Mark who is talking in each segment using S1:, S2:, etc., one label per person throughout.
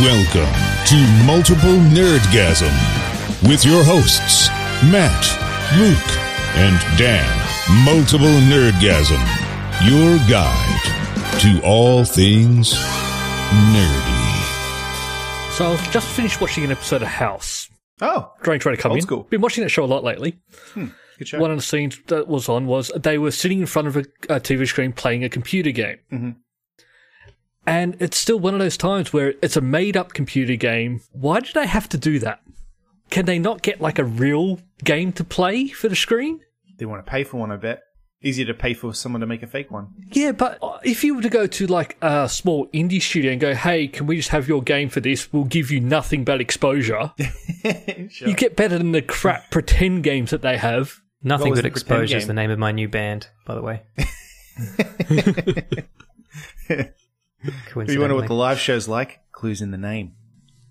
S1: Welcome to Multiple Nerdgasm with your hosts, Matt, Luke, and Dan. Multiple Nerdgasm, your guide to all things nerdy.
S2: So I've just finished watching an episode of House.
S3: Oh,
S2: Don't try to come
S3: Old
S2: in.
S3: school. Hmm,
S2: Been watching that show a lot lately.
S3: good show.
S2: One of the scenes that was on was they were sitting in front of a, a TV screen playing a computer game.
S3: Mhm.
S2: And it's still one of those times where it's a made up computer game. Why did they have to do that? Can they not get like a real game to play for the screen?
S3: they want to pay for one, I bet. Easier to pay for someone to make a fake one.
S2: Yeah, but uh, if you were to go to like a small indie studio and go, hey, can we just have your game for this? We'll give you nothing but exposure.
S3: sure.
S2: You get better than the crap pretend games that they have.
S3: What
S4: Nothing
S3: was
S4: but
S3: the pretend
S4: exposure is
S3: game?
S4: the name of my new band, by the way.
S3: If you wonder what the
S4: Coincidentally.
S3: live show's like, clues in the name.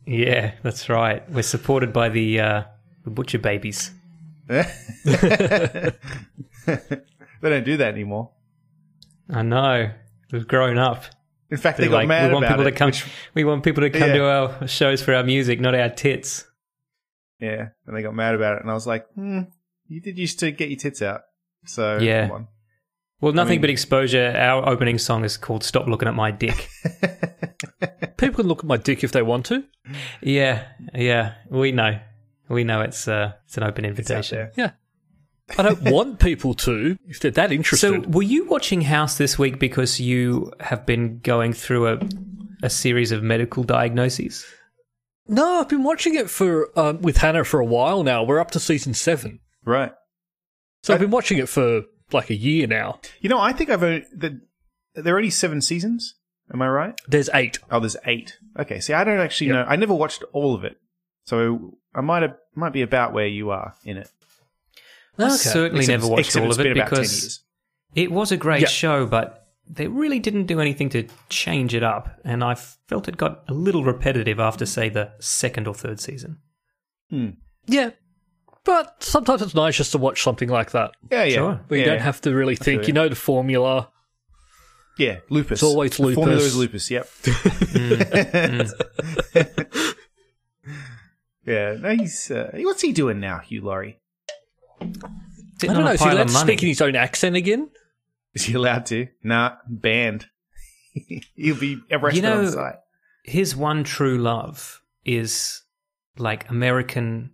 S4: yeah, that's right. We're supported by the uh, the Butcher Babies.
S3: They don't do that anymore.
S4: I know we've grown up.
S3: In fact, they
S4: They're
S3: got
S4: like,
S3: mad
S4: we want
S3: about
S4: people
S3: it.
S4: to come.
S3: which-
S4: we want people to come
S3: Yeah.
S4: to our shows for our music, not our tits.
S3: yeah, and they got mad about it. And I was like, hmm, you did used to get your tits out. So,
S4: Yeah.
S3: come on.
S4: Well, nothing
S3: mean-
S4: but exposure. Our opening song is called "Stop Looking at My Dick."
S2: People can look at my dick if they want to.
S4: yeah, yeah, we know, we know it's uh, it's an open
S3: It's out
S4: invitation.
S3: there.
S2: Yeah. I don't want people to if they're that
S4: So,
S2: interested.
S4: were you watching House this week because you have been going through a a series of medical diagnoses?
S2: no, I've been watching it for um, with Hannah for a while now. We're up to season seven.
S3: Right.
S2: So I've been watching it for like a year now.
S3: You know, I think I've only. The, there are only seven seasons. Am I right?
S2: There's eight.
S3: Oh, there's eight. Okay, see, I don't actually
S2: Yeah.
S3: know. I never watched all of it, so I might have might be about where you are in it.
S4: I
S2: Okay.
S4: certainly
S3: Except it's-
S4: never watched
S3: except
S4: all
S3: it's
S4: of it
S3: been about 10
S4: because
S3: years.
S4: it was a great
S2: Yeah.
S4: show, but they really didn't do anything to change it up, and I felt it got a little repetitive after, say, the second or third season.
S2: Yeah. But sometimes it's nice just to watch something like that.
S3: Yeah, yeah,
S4: Sure.
S2: Where
S3: yeah,
S2: you don't have to really think.
S3: it.
S2: You know the formula.
S3: yeah lupus.
S2: It's always
S3: The formula
S2: lupus.
S3: is lupus. Yep. Mm. yeah. No, he's uh, what's he doing now, Hugh Laurie?
S4: Sitting
S2: I don't
S4: on
S2: know,
S4: a
S2: is he
S4: pile
S2: allowed
S4: of
S2: to
S4: money.
S2: speak in his own accent again?
S3: Is he allowed to? Nah, banned. He'll be arrested
S4: know-
S3: on site.
S4: His one true love is like American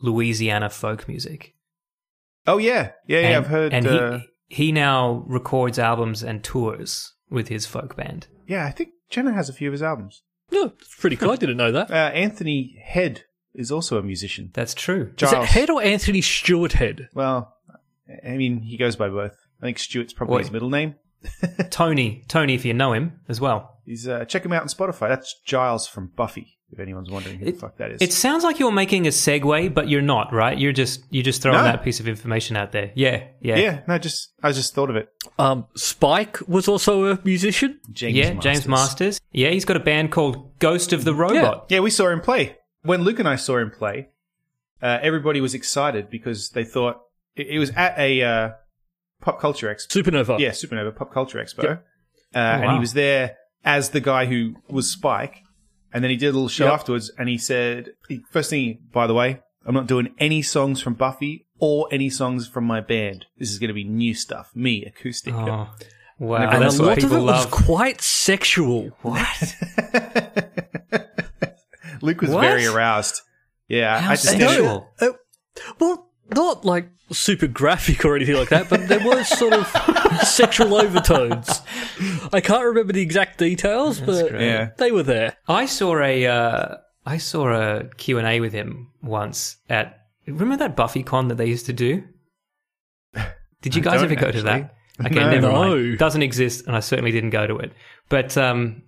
S4: Louisiana folk music.
S3: Oh yeah, yeah, yeah.
S4: and,
S3: I've heard.
S4: And
S3: uh,
S4: he he now records albums and tours with his folk band.
S3: yeah, I think Jenna has a few of his albums.
S2: No, it's pretty cool. I didn't know that.
S3: Uh, Anthony Head is also a musician.
S4: That's true.
S2: Is it
S3: Giles.
S2: Head or Anthony Stewart Head?
S3: Well, I mean, he goes by both. I think Stuart's probably
S4: Wait.
S3: his middle name.
S4: Tony, Tony, if you know him as well.
S3: He's uh, check him out on Spotify. That's Giles from Buffy. If anyone's wondering who the fuck that is,
S4: It sounds like you're making a segue, but you're not, right? You're just you're just throwing
S3: No.
S4: that piece of information out there. Yeah, yeah,
S3: yeah. No, just I just thought of it.
S2: Um, Spike was also a musician.
S3: James.
S4: yeah.
S3: Masters.
S4: James Masters. Yeah, he's got a band called Ghost of the Robot.
S3: Yeah, we saw him play when Luke and I saw him play. Uh, everybody was excited because they thought it, it was at a uh, pop culture expo.
S2: Supernova.
S3: Yeah, Supernova Pop Culture Expo.
S2: Yeah.
S3: Uh,
S4: Oh,
S3: And he
S4: wow.
S3: was there as the guy who was Spike. And then he did a little show
S2: Yep.
S3: afterwards and he said, he- first thing, by the way, I'm not doing any songs from Buffy or any songs from my band. This is going to be new stuff. Me, acoustic.
S4: Oh, wow.
S2: And
S4: That's
S2: a
S4: what
S2: lot of it
S4: people
S2: was
S4: love.
S2: quite sexual. What?
S3: Luke was
S4: What?
S3: very aroused. Yeah.
S4: How
S3: I just
S4: sexual.
S3: didn't-
S2: Uh,
S4: Cool.
S2: well, not like super graphic or anything like that, but there were sort of sexual overtones. I can't remember the exact details, but
S4: great.
S3: Yeah.
S2: they were there.
S4: I saw a uh, I saw a Q and A with him once at remember that Buffy con that they used to do. Did you
S3: I
S4: guys
S3: don't
S4: ever go to that? Okay,
S3: No.
S4: never mind.
S2: No.
S4: Doesn't exist, and I certainly didn't go to it. But um,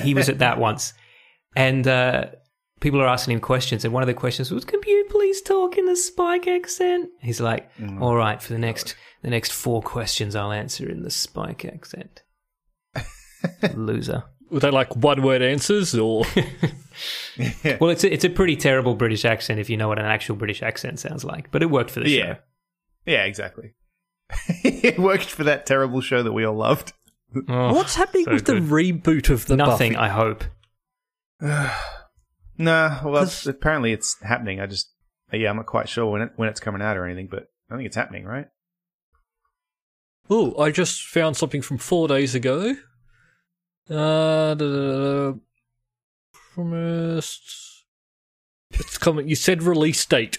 S4: he was at that once, and uh, people are asking him questions, and one of the questions was, "Can you please talk in the Spike accent?" He's like,
S3: Mm.
S4: "All right, for the next the next four questions, I'll answer in the Spike accent." Loser.
S2: Were they like one word answers or
S4: Well, it's a, it's a pretty terrible British accent if you know what an actual British accent sounds like, but it worked for the
S3: Yeah.
S4: show.
S3: Yeah, exactly. it worked for that terrible show that we all loved.
S4: Oh,
S2: what's happening
S4: so
S2: with
S4: good.
S2: the reboot of the
S4: nothing?
S2: Buffy?
S4: I hope.
S3: Nah, well, that's,
S2: 'Cause-
S3: apparently it's happening. I just, yeah, I'm not quite sure when it, when it's coming out or anything, but I think it's happening, right?
S2: Oh, I just found something from four days ago. Uh, da, da, da, da. promised. It's coming. You said release date.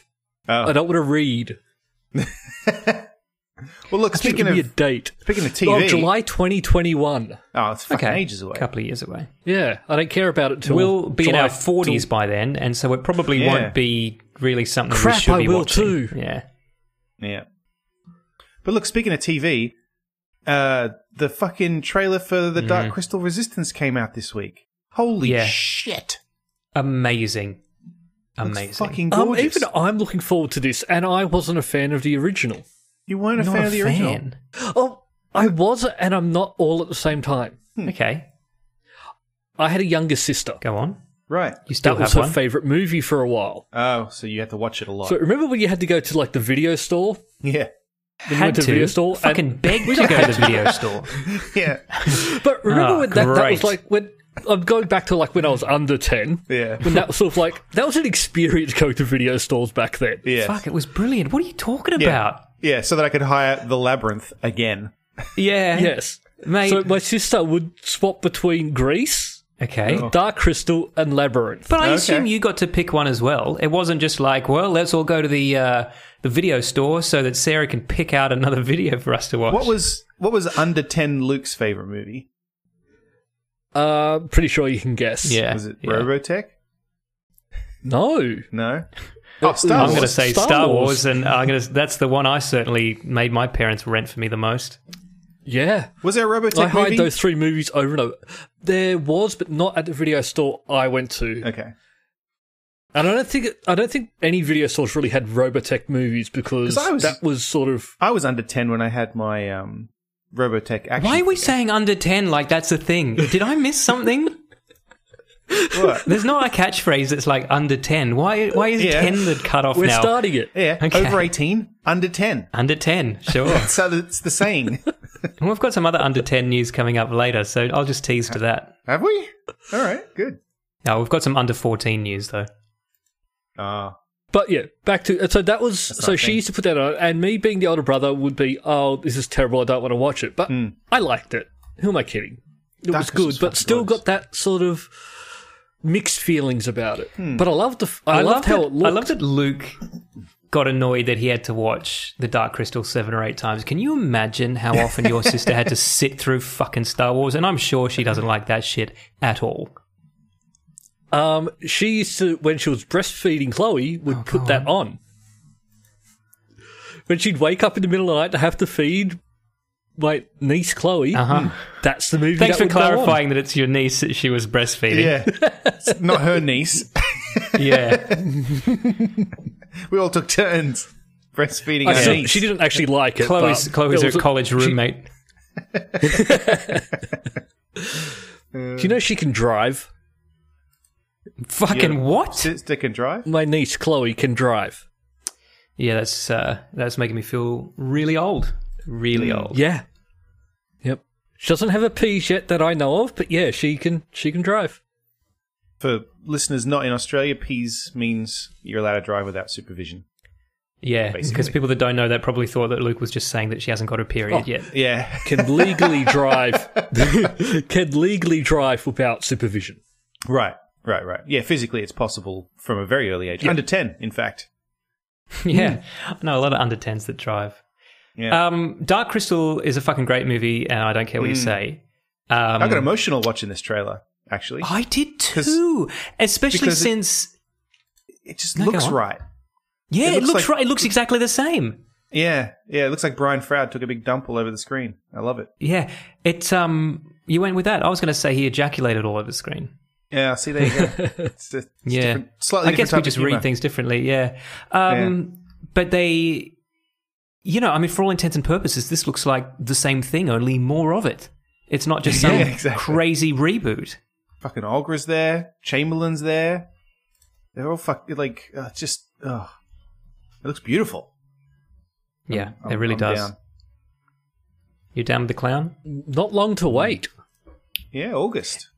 S3: Oh.
S2: I don't want to read.
S3: Well, look,
S2: I think
S3: speaking
S2: it'd
S3: of
S2: be a date.
S3: speaking of TV,
S2: Oh, July 2021.
S3: oh, it's fucking ages away.
S4: A couple of years away.
S2: Yeah, I don't care about it till
S4: we'll be in
S2: July-
S4: our 40s by then, and so it probably
S3: Yeah.
S4: won't be really something we
S2: Crap,
S4: should
S2: I
S4: be
S2: will
S4: watching.
S2: too.
S4: Yeah.
S3: Yeah. But look, speaking of TV, uh, the fucking trailer for the Dark Crystal Resistance came out this week. Holy
S4: Yeah.
S3: shit!
S4: Amazing.
S3: Looks
S4: Amazing.
S3: fucking
S2: till- Um,
S3: gorgeous.
S2: even I'm looking forward to this, and I wasn't a fan of the original.
S3: you weren't a
S4: Not
S3: fan of the original.
S4: fan.
S2: Oh, I was, and I'm not all at the same time.
S3: Hmm.
S4: Okay,
S2: I had a younger sister.
S4: go on.
S3: Right.
S4: You still
S2: That was
S4: have
S2: her
S4: one.
S2: favorite movie for a while.
S3: Oh, so you had to watch it a lot.
S2: So remember when you had to go to like the video store?
S3: yeah.
S2: Then you went to the video store and-
S4: Fucking begged to go to the video store.
S3: Yeah.
S2: But remember
S4: Ah,
S2: when that, that
S4: great.
S2: was like when I'm going back to like when I was under ten.
S3: Yeah.
S2: When that was sort of like that was an experience going to video stores back then.
S3: Yeah.
S4: Fuck, it was brilliant. What are you talking
S3: Yeah.
S4: about?
S3: Yeah, so that I could hire the labyrinth again.
S4: Yeah.
S2: Yes.
S4: Mate.
S2: So my sister would swap between Greece,
S4: okay.
S3: Oh.
S2: Dark Crystal, and Labyrinth.
S4: But I
S3: Okay.
S4: assume you got to pick one as well. It wasn't just like, well, let's all go to the uh, the video store so that Sarah can pick out another video for us to watch.
S3: What was what was under ten Luke's favorite movie?
S2: Uh, pretty sure you can guess.
S4: Yeah.
S3: Was it
S4: yeah.
S3: Robotech?
S2: No. Uh,
S3: No. Oh, Star
S4: I'm
S3: Wars.
S4: going to say
S2: Star
S4: Star,
S2: Wars.
S4: Wars, and I'm going to. That's the one I certainly made my parents rent for me the most.
S2: Yeah.
S3: Was there a Robotech
S2: I hired
S3: movie?
S2: those three movies over and over. There was, but not at the video store I went to.
S3: Okay.
S2: And I don't think I don't think any video stores really had Robotech movies because
S3: 'Cause I was-
S2: that was sort of
S3: I was under ten when I had my um, Robotech action.
S4: Why are we saying under ten? Like that's a thing. Did I miss something?
S3: What?
S4: There's not a catchphrase that's like under ten. Why? Why is
S3: Yeah.
S4: ten the cutoff
S2: we're
S4: now?
S2: starting it.
S3: Yeah,
S4: Okay.
S3: over eighteen, under ten.
S4: under ten, sure.
S3: So that's the saying,
S4: And we've got some other under 10 news coming up later, so I'll just tease
S3: Uh,
S4: to that.
S3: have we? All right, good.
S4: No, we've got some under 14 news, though.
S3: Uh,
S2: But yeah, back to so that was
S3: That's
S2: so
S3: our
S2: she
S3: thing.
S2: used to put that on, and me being the older brother would be, oh, this is terrible. I don't want to watch it, but I liked it. Who am I kidding? It
S3: Dark
S2: was
S3: Crystal's
S2: good,
S3: Hmm. fucking
S2: but still
S3: gorgeous.
S2: got that sort of mixed feelings about it.
S3: Hmm.
S2: But I loved the, f- I, loved, how
S4: that,
S2: it looked.
S4: I loved that Luke got annoyed that he had to watch The Dark Crystal seven or eight times. Can you imagine how often your sister had to sit through fucking Star Wars? And I'm sure she doesn't like that shit at all.
S2: Um, she used to when she was breastfeeding Chloe would
S4: Oh,
S2: put that on. When she'd wake up in the middle of the night to have to feed my niece Chloe,
S4: Uh-huh.
S2: that's the movie.
S4: Thanks
S2: Hmm. that
S4: for
S2: would go on.
S4: clarifying that it's your niece that she was breastfeeding.
S3: yeah, It's not her niece.
S4: yeah.
S3: We all took turns breastfeeding
S2: I
S3: our
S2: still-
S3: niece.
S2: she didn't actually like it.
S4: Chloe's,
S2: but
S4: Chloe's
S2: there was
S4: her
S2: a-
S4: college roommate.
S2: Do you know she can drive?
S4: Fucking what?
S3: Sit, stick and drive.
S2: My niece Chloe can drive.
S4: Yeah, that's uh, that's making me feel really old. Really old.
S2: Yeah. Yep. She doesn't have a piece yet that I know of, but yeah, she can. She can drive.
S3: For listeners not in Australia, P's means you're allowed to drive without supervision.
S4: Yeah, because
S3: Basically.
S4: people that don't know that probably thought that Luke was just saying that she hasn't got her period
S2: Oh.
S4: yet.
S3: Yeah,
S2: Can legally drive. can legally drive without supervision.
S3: right, right, right. Yeah, physically it's possible from a very early age, under ten, in fact.
S2: Hmm.
S4: yeah, I know a lot of under tens that drive.
S3: Yeah, Mm.
S4: Um, Dark Crystal is a fucking great movie, and I don't care what you say. Um,
S3: I got emotional watching this trailer. Actually,
S4: I did
S3: 'Cause-
S4: too, especially
S3: because it-
S4: since
S3: it just
S4: No, go
S3: looks
S4: on.
S3: right.
S4: yeah,
S3: it
S4: it looks,
S3: looks like-
S4: right. It looks exactly the same.
S3: Yeah, yeah. It looks like Brian Froud took a big dump all over the screen. I love it.
S4: Yeah, it. Um, you went with that. I was going to say he ejaculated all over the screen.
S3: Yeah, I see there you go. It's just it's
S4: yeah,
S3: different, slightly.
S4: I guess
S3: different
S4: we
S3: type
S4: just
S3: of humor.
S4: read things differently. Yeah. Um, but they, you know, I mean, for all intents and purposes, this looks like the same thing, only more of it. It's not just some
S3: Yeah, exactly.
S4: crazy reboot.
S3: Fucking Olgra's there, Chamberlain's there. They're all fuck like uh, just. Uh, it looks beautiful.
S4: Yeah,
S3: I'm-
S4: it really
S3: I'm
S4: does.
S3: down.
S4: You're down with the clown.
S2: Not long to wait.
S3: Yeah, August.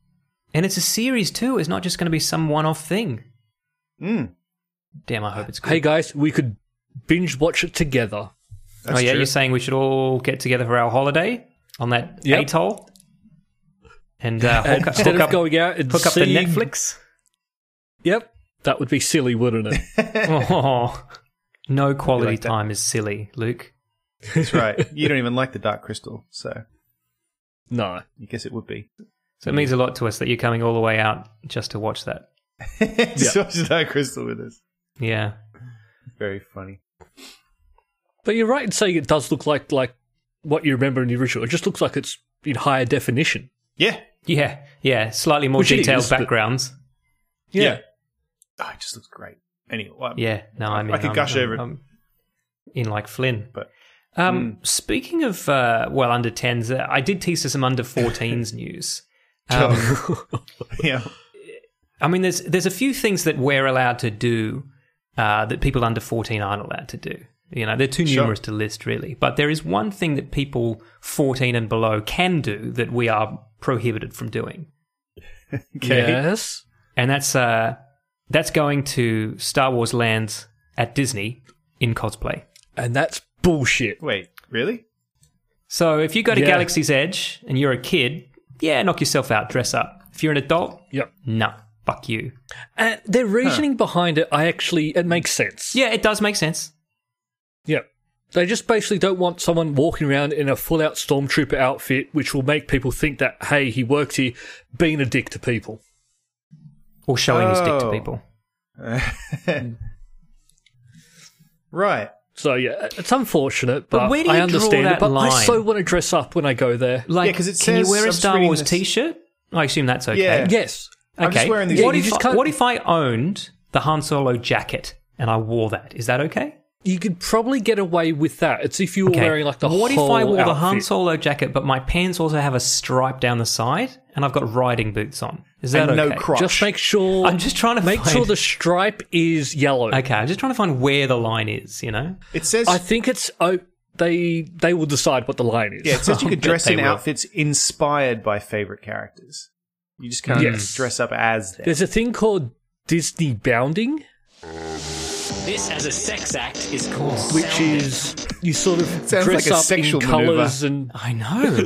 S4: And it's a series too. It's not just going to be some one-off thing.
S3: Mm,
S4: Damn, I hope it's good.
S2: Hey guys, we could binge watch it together.
S4: oh yeah,
S3: true.
S4: you're saying we should all get together for our holiday on that
S2: Yep.
S4: atoll, and uh,
S2: And
S4: hook, up-
S2: instead
S4: hook
S2: of
S4: up,
S2: going out and
S4: hook up the
S2: seeing-
S4: Netflix.
S2: Yep, that would be silly, wouldn't it?
S4: Oh, no quality
S3: like that.
S4: time is silly, Luke.
S3: that's right. You don't even like the Dark Crystal, so
S2: no.
S3: I guess it would be.
S4: So it means a lot to us that you're coming all the way out just to watch that.
S3: Just watch the Dark Crystal with us.
S4: Yeah,
S3: Very funny.
S2: But you're right in saying it does look like like what you remember in the original. It just looks like it's in higher definition.
S3: Yeah.
S4: yeah, yeah. Slightly more
S2: Which it
S4: detailed
S2: is, but-
S4: backgrounds.
S2: Yeah.
S3: Oh, it just looks great. Anyway, well,
S4: Yeah, no, I mean,
S3: I could
S4: I'm-
S3: gush
S4: I'm-
S3: over it.
S4: I'm in like Flynn.
S3: But- hmm.
S4: um, speaking of uh, well under tens, uh, I did tease to some under 14s news. Um,
S3: yeah.
S4: I mean, there's there's a few things that we're allowed to do uh, that people under 14 aren't allowed to do. You know, they're too
S3: Sure.
S4: numerous to list, really. But there is one thing that people 14 and below can do that we are prohibited from doing,
S3: Okay.
S2: Yes.
S4: and that's uh, that's going to Star Wars lands at Disney in cosplay.
S2: And that's bullshit.
S3: Wait, really?
S4: So if you go to
S2: Yeah.
S4: Galaxy's Edge and you're a kid, yeah, knock yourself out, dress up. If you're an adult,
S2: Yep.
S4: no, fuck you.
S2: And their reasoning behind it, I actually, it makes sense.
S4: Yeah, it does make sense.
S2: Yep. They just basically don't want someone walking around in a full out stormtrooper outfit, which will make people think that, hey, he works here, being a dick to people.
S4: Or showing his dick to
S3: Oh.
S4: people.
S3: Right.
S2: So, yeah, it's unfortunate, but,
S4: But where do
S2: I
S4: you draw
S2: understand
S4: that
S2: it. But I
S4: line?
S2: so want to dress up when I go there.
S4: Like,
S3: Yeah, 'cause it
S4: can
S3: says-
S4: you wear
S3: I'm
S4: a
S3: just
S4: Star
S3: reading
S4: Wars
S3: this-
S4: T-shirt? I assume that's okay.
S3: Yeah.
S2: Yes.
S4: Okay.
S3: I'm just wearing these-
S4: what,
S2: You
S4: if
S2: just
S4: I,
S2: can't-
S4: what if I owned the Han Solo jacket and I wore that? Is that okay?
S2: You could probably get away with that. It's if you were
S4: Okay.
S2: wearing like the
S4: what if
S2: whole
S4: I wore the Han
S2: outfit.
S4: Solo jacket, but my pants also have a stripe down the side and I've got riding boots on? Is that
S3: And no
S4: okay?
S3: crotch.
S2: Just make sure.
S4: I'm just trying to
S2: make
S4: find-
S2: sure the stripe is yellow.
S4: Okay, I'm just trying to find where the line is. You know,
S3: It says
S2: I think it's oh, they they will decide what the line is.
S3: yeah, it says you
S4: I'll
S3: could
S4: bet
S3: dress
S4: they
S3: in
S4: will.
S3: outfits inspired by favorite characters. You just can't
S2: Yes.
S3: dress up as them.
S2: There's a thing called Disney bounding,
S5: This as a sex act is called
S2: which is you sort of
S3: Sounds
S2: dress
S3: like a
S2: up
S3: sexual
S2: in
S3: maneuver.
S2: colours and
S4: I know.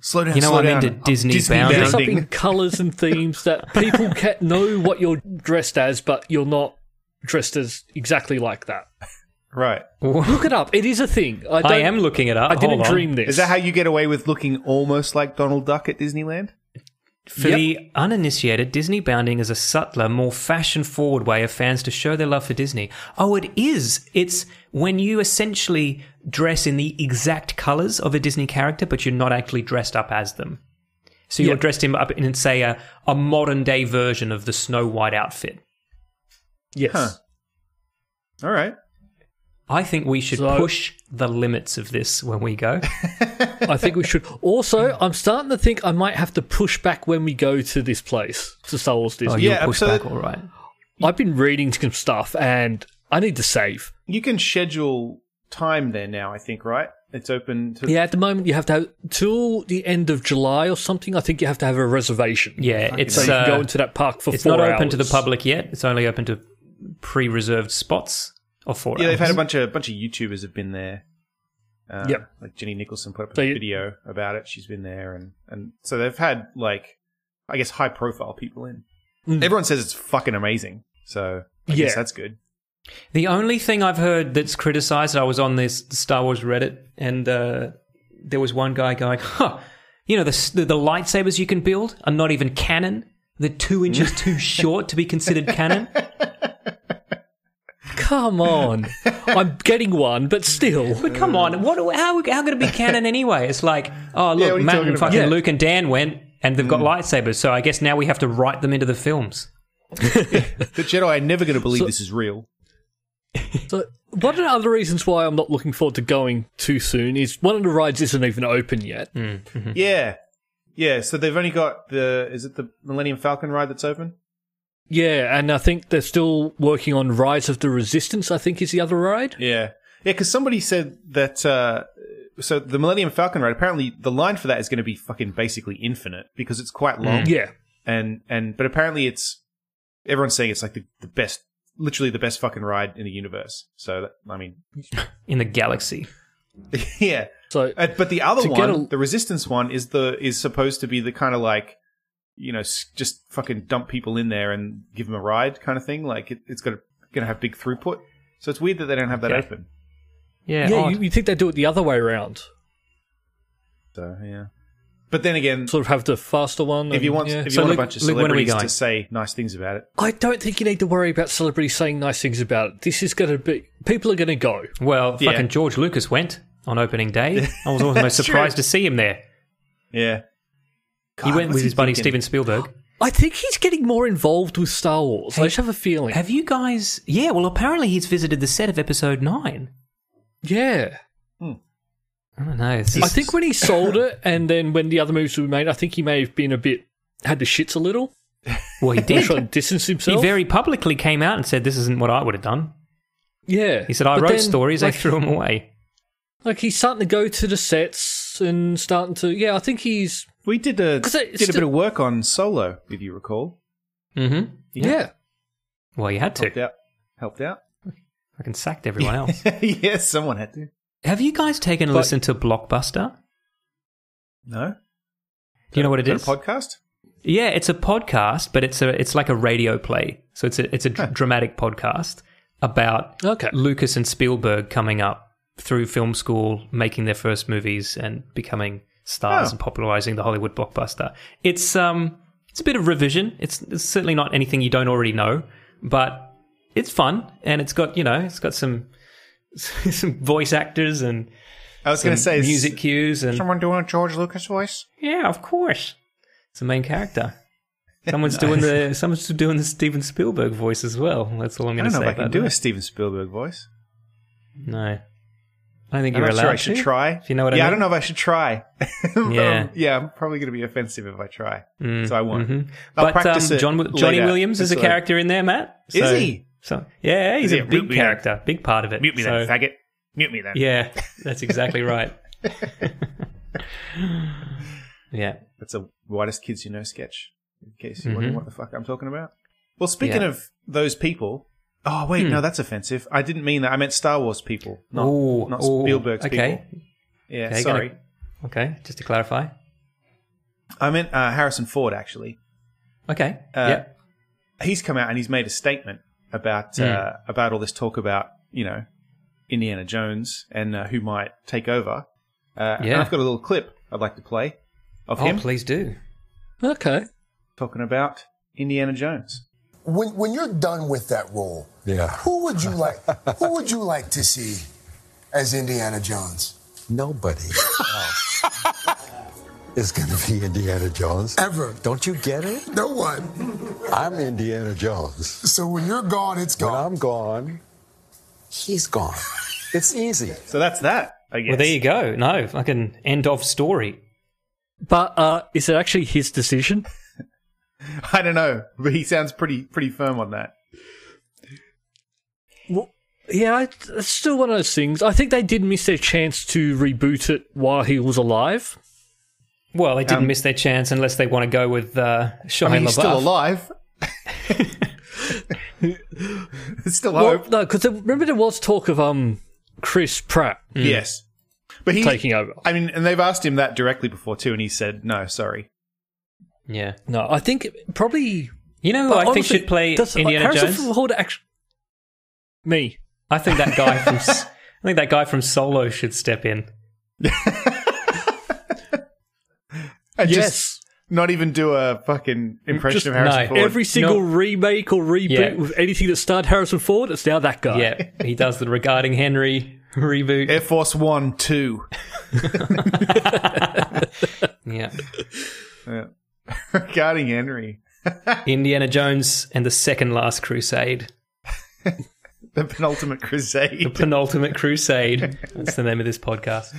S3: slow down.
S4: You know
S3: slow
S4: I'm
S3: down.
S4: into Disney bounding.
S2: dress up in colours and themes that people can't know what you're dressed as, but you're not dressed as exactly like that.
S3: Right.
S2: Look it up. It is a thing. I, don't,
S4: I am looking it up.
S2: I didn't
S4: Hold on.
S2: dream this.
S3: Is that how you get away with looking almost like Donald Duck at Disneyland?
S4: For
S2: Yep.
S4: the uninitiated, Disney bounding is a subtler, more fashion forward way of fans to show their love for Disney. Oh, it is. It's when you essentially dress in the exact colors of a Disney character, but you're not actually dressed up as them. So you're
S2: Yep.
S4: dressed him up in, say, a, a modern day version of the Snow White outfit.
S2: Yes.
S3: Huh. All right.
S4: I think we should
S2: So-
S4: push the limits of this when we go.
S2: I think we should. Also, I'm starting to think I might have to push back when we go to this place, to Star Wars
S4: Oh,
S2: Disney.
S4: you'll
S3: Yeah,
S4: push
S3: absolute-
S4: back, all right.
S2: I've been reading some stuff and I need to save.
S3: You can schedule time there now. I think right. It's open to
S2: Yeah, at the moment you have to have till the end of July or something. I think you have to have a reservation.
S4: Yeah, it's
S2: so you
S4: uh,
S2: can go into that park for
S4: it's
S2: four
S4: not open to the
S2: hours.
S4: public yet. It's only open to pre-reserved spots or four.
S3: Yeah, they've had a
S4: hours.
S3: bunch of bunch of YouTubers have been there. Uh,
S2: Yep.
S3: Like Jenny Nicholson put up a
S2: So you-
S3: video about it. She's been there, and and so they've had like, I guess, high profile people in. Everyone says it's fucking amazing. So I
S2: Mm. Yeah.
S3: guess that's good.
S4: The only thing I've heard that's criticised, I was on this Star Wars Reddit, and uh, there was one guy going, "Huh, you know the, s- the the lightsabers you can build are not even canon. They're two inches too short to be considered canon."
S2: Come on, I'm getting one, but still,
S4: But come on, what? How how could it be canon anyway? It's like, oh
S3: what
S4: look,
S3: are you
S4: Matt
S3: talking
S4: and
S3: about? Hmm.
S4: fucking
S2: Yeah.
S4: Luke and Dan went, and they've got lightsabers. So I guess now we have to write them into the films.
S3: The Jedi are never going to believe this is real.
S2: so one of the other reasons why I'm not looking forward to going too soon is one of the rides isn't even open yet. Hmm.
S3: Yeah, yeah. So they've only got the is it the Millennium Falcon ride that's open?
S2: Yeah, and I think they're still working on Rise of the Resistance. I think is the other ride.
S3: Yeah, yeah. Because somebody said that. Uh, so
S2: Hmm.
S3: the Millennium Falcon ride apparently the line for that is going to be fucking basically infinite because it's quite long.
S2: Yeah,
S3: and and but apparently it's everyone's saying it's like the, the best, literally the best fucking ride in the universe. So that, I mean,
S4: in the galaxy.
S3: yeah.
S2: So
S3: Uh, but the other
S2: To
S3: one,
S2: get a-
S3: the resistance one, is the is supposed to be the kind of like, you know, s- just fucking dump people in there and give them a ride kind of thing. Like it, it's gonna gonna have big throughput. So it's weird that they don't have that
S4: Okay.
S3: open.
S4: Yeah,
S2: yeah,
S4: odd.
S2: you, you think they do it the other way around?
S3: So yeah. But then again,
S2: Sort of have the faster one.
S3: if you
S2: and-
S3: want
S2: yeah.
S3: if you
S4: So
S3: want
S4: Luke-
S3: a bunch of
S4: Luke, when are we
S3: celebrities to
S4: going?
S3: say nice things about it,
S2: I don't think you need to worry about celebrities saying nice things about it. This is going to be people are going to go.
S4: well,
S3: Yeah.
S4: fucking George Lucas went on opening day. I was almost
S3: That's
S4: surprised
S3: true.
S4: to see him there.
S3: yeah.
S4: he
S3: God,
S4: went
S3: what's
S4: with
S3: he
S4: his buddy
S3: thinking?
S4: Steven Spielberg.
S2: I think he's getting more involved with Star Wars. I
S4: Hey,
S2: just have a feeling.
S4: Have you guys? Yeah, well, apparently he's visited the set of Episode Nine.
S2: yeah.
S4: I don't know. It's
S2: I
S4: just-
S2: think when he sold it and then when the other moves were made, I think he may have been a bit had the shits a little.
S4: well, he
S2: Did try and
S4: did.
S2: distance
S4: He
S2: himself.
S4: very publicly came out and said, "This isn't what I would have done."
S2: yeah.
S4: He said, "I
S2: But
S4: wrote
S2: then,
S4: stories.
S2: Like,
S4: I threw them away."
S2: like he's starting to go to the sets and starting to yeah. I think he's
S3: We did a
S2: 'Cause it
S3: did a
S2: still-
S3: bit of work on Solo, if you recall.
S4: Mm-hmm.
S2: yeah.
S4: Well, you had
S3: Helped
S4: to.
S3: out. Helped out.
S4: Fucking sacked everyone else.
S3: yes, someone had to.
S4: Have you guys taken a
S2: But-
S4: listen to Blockbuster?
S3: No.
S4: Do you know what it
S3: Is
S4: is?
S3: that a podcast?
S4: Yeah, it's a podcast, but it's a it's like a radio play. So it's a it's a dr- dramatic podcast about
S2: Okay.
S4: Lucas and Spielberg coming up through film school, making their first movies, and becoming stars
S3: Oh.
S4: and popularizing the Hollywood blockbuster. It's um it's a bit of revision. It's, it's certainly not anything you don't already know, but it's fun and it's got you know it's got some some voice actors and
S3: I was going to
S4: some
S3: say
S4: music cues and
S3: Someone doing a George Lucas voice?
S4: yeah, of course. It's the main character. Someone's doing the someone's doing the Steven Spielberg voice as well. That's all I'm
S3: I
S4: going to
S3: don't
S4: say.
S3: know if I can
S4: about
S3: do a
S4: that.
S3: Steven Spielberg voice.
S4: No, I don't think
S3: I'm
S4: you're
S3: not
S4: allowed
S3: sure I should
S4: to.
S3: try.
S4: If you know what
S3: yeah,
S4: I
S3: I
S4: mean.
S3: don't know if I should try.
S4: Yeah.
S3: Um, yeah, I'm probably going to be offensive if I try.
S4: Mm,
S3: so I won't.
S4: mhm.
S3: I'll
S4: But um,
S3: practice it
S4: John,
S3: later.
S4: Johnny Williams is a
S3: That's all.
S4: character in there, Matt.
S3: Is
S4: So-
S3: he?
S4: So yeah, he's
S3: Yeah,
S4: a
S3: mute
S4: big
S3: me
S4: character, big part of it.
S3: Mute me
S4: so,
S3: then, faggot. Mute me then.
S4: Yeah, that's exactly right. yeah.
S3: That's a whitest kids you know sketch. In case you're wondering what the fuck I'm talking about. Well, speaking
S4: Mm-hmm. Yeah. Hmm.
S3: of those people. Oh wait, no, that's offensive. I didn't mean that. I meant Star Wars people, not,
S4: Ooh,
S3: not
S4: ooh,
S3: Spielberg's
S4: okay.
S3: people. Yeah,
S4: Okay,
S3: sorry.
S4: gonna- Okay, just to clarify.
S3: I meant uh, Harrison Ford actually.
S4: Okay.
S3: Uh,
S4: yeah. Hmm.
S3: he's come out and he's made a statement about uh, about all this talk about you know Indiana Jones and uh, who might take over. Uh, and
S4: Yeah.
S3: I've got a little clip I'd like to play of
S4: Oh,
S3: him
S4: please do.
S2: Okay.
S3: talking about Indiana Jones.
S6: when when you're done with that role,
S7: Yeah.
S6: who would you like who would you like to see as Indiana Jones?
S7: Nobody else is going to be Indiana Jones.
S6: Ever.
S7: Don't you get it?
S6: No one.
S7: I'm Indiana Jones.
S6: So when you're gone, it's
S7: When
S6: gone.
S7: I'm gone, he's gone. It's easy.
S3: So that's that. I guess.
S4: Well, there you go. No, fucking end of story.
S2: But uh, is it actually his decision?
S3: I don't know, but he sounds pretty pretty firm on that.
S2: Well, yeah, I- it's still one of those things. I think they did miss their chance to reboot it while he was alive.
S4: Well, they didn't
S3: Um,
S4: miss their chance unless they want to go with uh, Shia
S3: I mean, he's
S4: LaBeouf.
S3: still alive. There's still
S2: Well,
S3: hope.
S2: no, because remember there was talk of um Chris Pratt
S4: Hmm.
S3: Yes, but he.
S2: taking over.
S3: I mean, and they've asked him that directly before too, and he said no, sorry.
S4: Yeah.
S2: No, I think probably.
S4: You know who
S2: but
S4: I think
S2: honestly,
S4: should play
S2: does-
S4: Indiana
S2: Harrison
S4: Jones?
S2: Ford actually, me.
S4: I think that guy from S- I think that guy from Solo should step in.
S3: And
S2: yes.
S3: just not even do a fucking impression
S2: Just-
S3: of Harrison
S4: no.
S3: Ford.
S2: Every single remake or reboot
S4: Yeah.
S2: with anything that starred Harrison Ford, it's now that guy.
S4: Yeah, he does the regarding Henry reboot.
S3: Air Force One, two.
S4: Yeah.
S3: Regarding Henry.
S4: Indiana Jones and the second last crusade.
S3: The penultimate
S4: The
S3: crusade.
S4: penultimate crusade. That's the name of this podcast.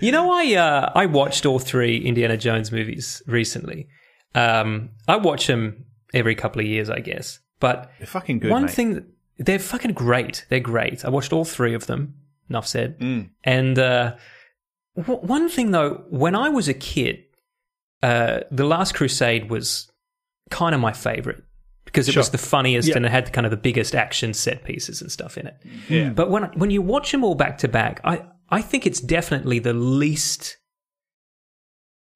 S4: You know, I uh, I watched all three Indiana Jones movies recently. Um, I watch them every couple of years, I guess. But
S3: They're fucking good.
S4: one
S3: mate.
S4: thing that- they're fucking great. They're great. I watched all three of them. Enough
S3: Mm.
S4: said. And uh, w- one thing though, when I was a kid, uh, The Last Crusade was kind of my favorite because it was the funniest
S2: Yeah.
S4: and it had kind of the biggest action set pieces and stuff in it. But when when you watch them all back to back, I I think it's definitely the least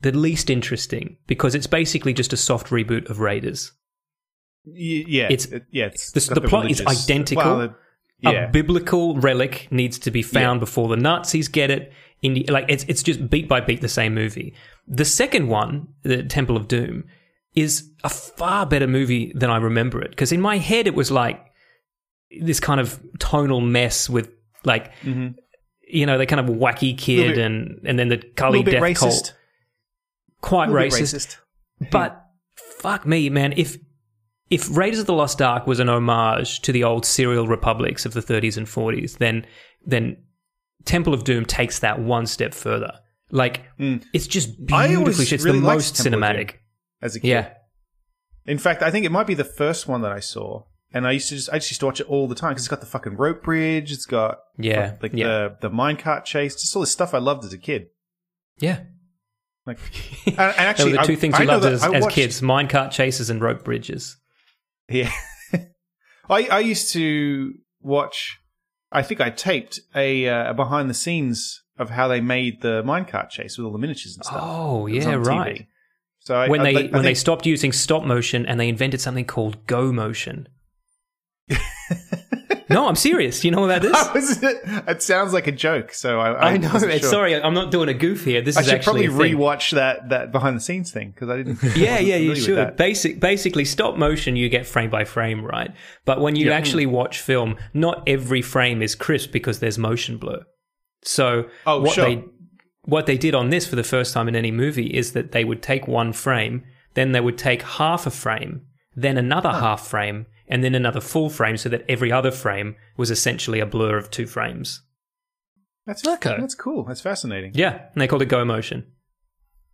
S4: the least interesting because it's basically just a soft reboot of Raiders.
S3: Y- yeah,
S4: It's-
S3: it- yeah. It's
S4: the-
S3: got
S4: the plot is
S3: religious-
S4: identical.
S3: Well, it- yeah,
S4: A biblical relic needs to be found before the Nazis get it. In the, like it's it's just beat by beat the same movie. The second one, the Temple of Doom, is a far better movie than I remember it because in my head it was like this kind of tonal mess with like you know the kind of wacky
S3: Mm-hmm.
S4: kid
S3: bit-
S4: and and then the
S3: a
S4: Kali
S3: little bit
S4: death
S3: racist.
S4: cult quite
S3: Little bit
S4: racist, but fuck me man if if Raiders of the Lost Ark was an homage to the old serial republics of the 30s and 40s then then Temple of Doom takes that one step further like it's just
S3: Hmm. I always
S4: beautifully it's
S3: really
S4: the
S3: liked
S4: most
S3: Temple of Doom.
S4: cinematic
S3: As a kid.
S4: yeah
S3: In fact, I think it might be the first one that I saw, and I used to just I just used to watch it all the time because it's got the fucking rope bridge, it's got
S4: yeah
S3: like
S4: yeah
S3: the the minecart chase, just all this stuff I loved as a kid.
S4: yeah
S3: Like, and, and actually,
S4: they were the two
S3: I,
S4: things
S3: I
S4: we
S3: know
S4: loved
S3: that
S4: as,
S3: I
S4: as
S3: watched-
S4: kids minecart chases and rope bridges
S3: Yeah. I, I used to watch, I think I taped a, uh, a behind the scenes of how they made the minecart chase with all the miniatures and stuff.
S4: Oh,
S3: It was
S4: yeah,
S3: on TV.
S4: right.
S3: So I,
S4: when
S3: I-
S4: they
S3: I
S4: when they
S3: think-
S4: stopped using stop motion and they invented something called go motion. no, I'm serious. You know about this?
S3: I was- it sounds like a joke. So I, I,
S4: I know.
S3: wasn't
S4: It's,
S3: Um, sure.
S4: Sorry, I'm not doing a goof here. This
S3: I
S4: is
S3: should
S4: actually
S3: probably
S4: a thing.
S3: rewatch that that behind the scenes thing because I didn't.
S4: Yeah, yeah,
S3: familiar
S4: you
S3: with
S4: should.
S3: that.
S4: Basic, basically, stop motion you get frame by frame, right? But when you actually watch film, not every frame is crisp because there's motion blur. So
S3: Oh,
S4: what
S3: sure.
S4: they what they did on this for the first time in any movie is that they would take one frame, then they would take half a frame, then another half frame, and then another full frame, so that every other frame was essentially a blur of two frames.
S3: That's
S2: Okay.
S3: That's cool. That's fascinating.
S4: Yeah, and they called it go motion.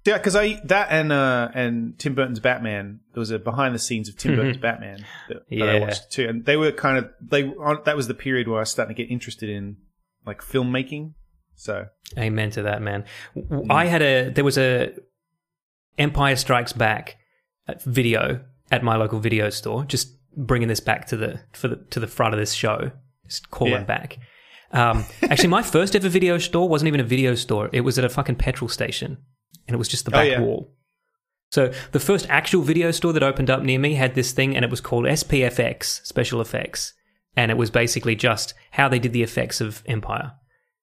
S3: Yeah, because I that and uh and Tim Burton's Batman. There was a behind the scenes of Tim Burton's Batman that, that I
S4: Yeah.
S3: watched too, and they were kind of they on, that was the period where I was starting to get interested in like filmmaking. So
S4: Amen to that, man. W-
S3: Mm.
S4: I had a there was a Empire Strikes Back uh, video at my local video store. Just bringing this back to the for the to the front of this show. Just call
S3: Yeah.
S4: it back. Um, actually, my first ever video store wasn't even a video store. It was at a fucking petrol station, and it was just the
S3: Oh,
S4: back
S3: yeah.
S4: wall. So the first actual video store that opened up near me had this thing, and it was called SPFX Special Effects, and it was basically just how they did the effects of Empire,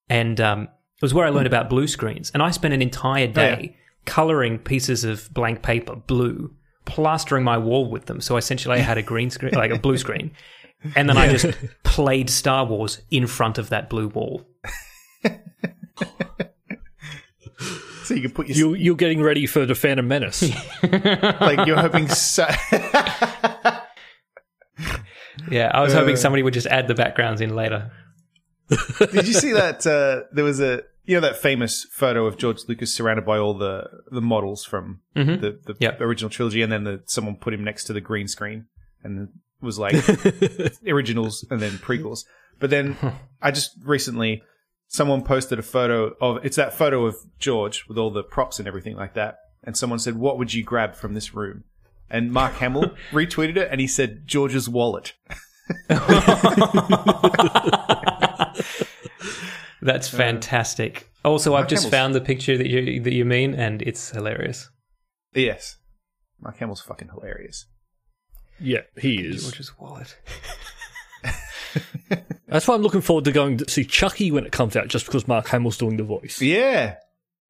S4: and um, it was where I learned about blue screens. And I spent an entire day coloring pieces of blank paper blue, plastering my wall with them. So essentially, I had a green screen, like a blue screen, and then I just played Star Wars in front of that blue wall.
S3: so you could put your
S2: You, you're getting ready for the Phantom Menace.
S3: like you're hoping. So-
S4: Yeah, I was hoping somebody would just add the backgrounds in later.
S3: Did you see that uh there was a you know that famous photo of George Lucas surrounded by all the the models from the the
S4: Yep.
S3: original trilogy, and then the, someone put him next to the green screen and was like originals and then prequels. But then I just recently someone posted a photo of it's that photo of George with all the props and everything like that, and someone said, "What would you grab from this room?" And Mark Hamill retweeted it, and he said, "George's wallet."
S4: That's fantastic. Also, I've just
S3: Hamill's-
S4: found the picture that you that you mean, and it's hilarious.
S3: Yes, Mark Hamill's fucking hilarious.
S2: yeah, he is.
S4: George's wallet.
S2: That's why I'm looking forward to going to see Chucky when it comes out, just because Mark Hamill's doing the voice.
S3: Yeah,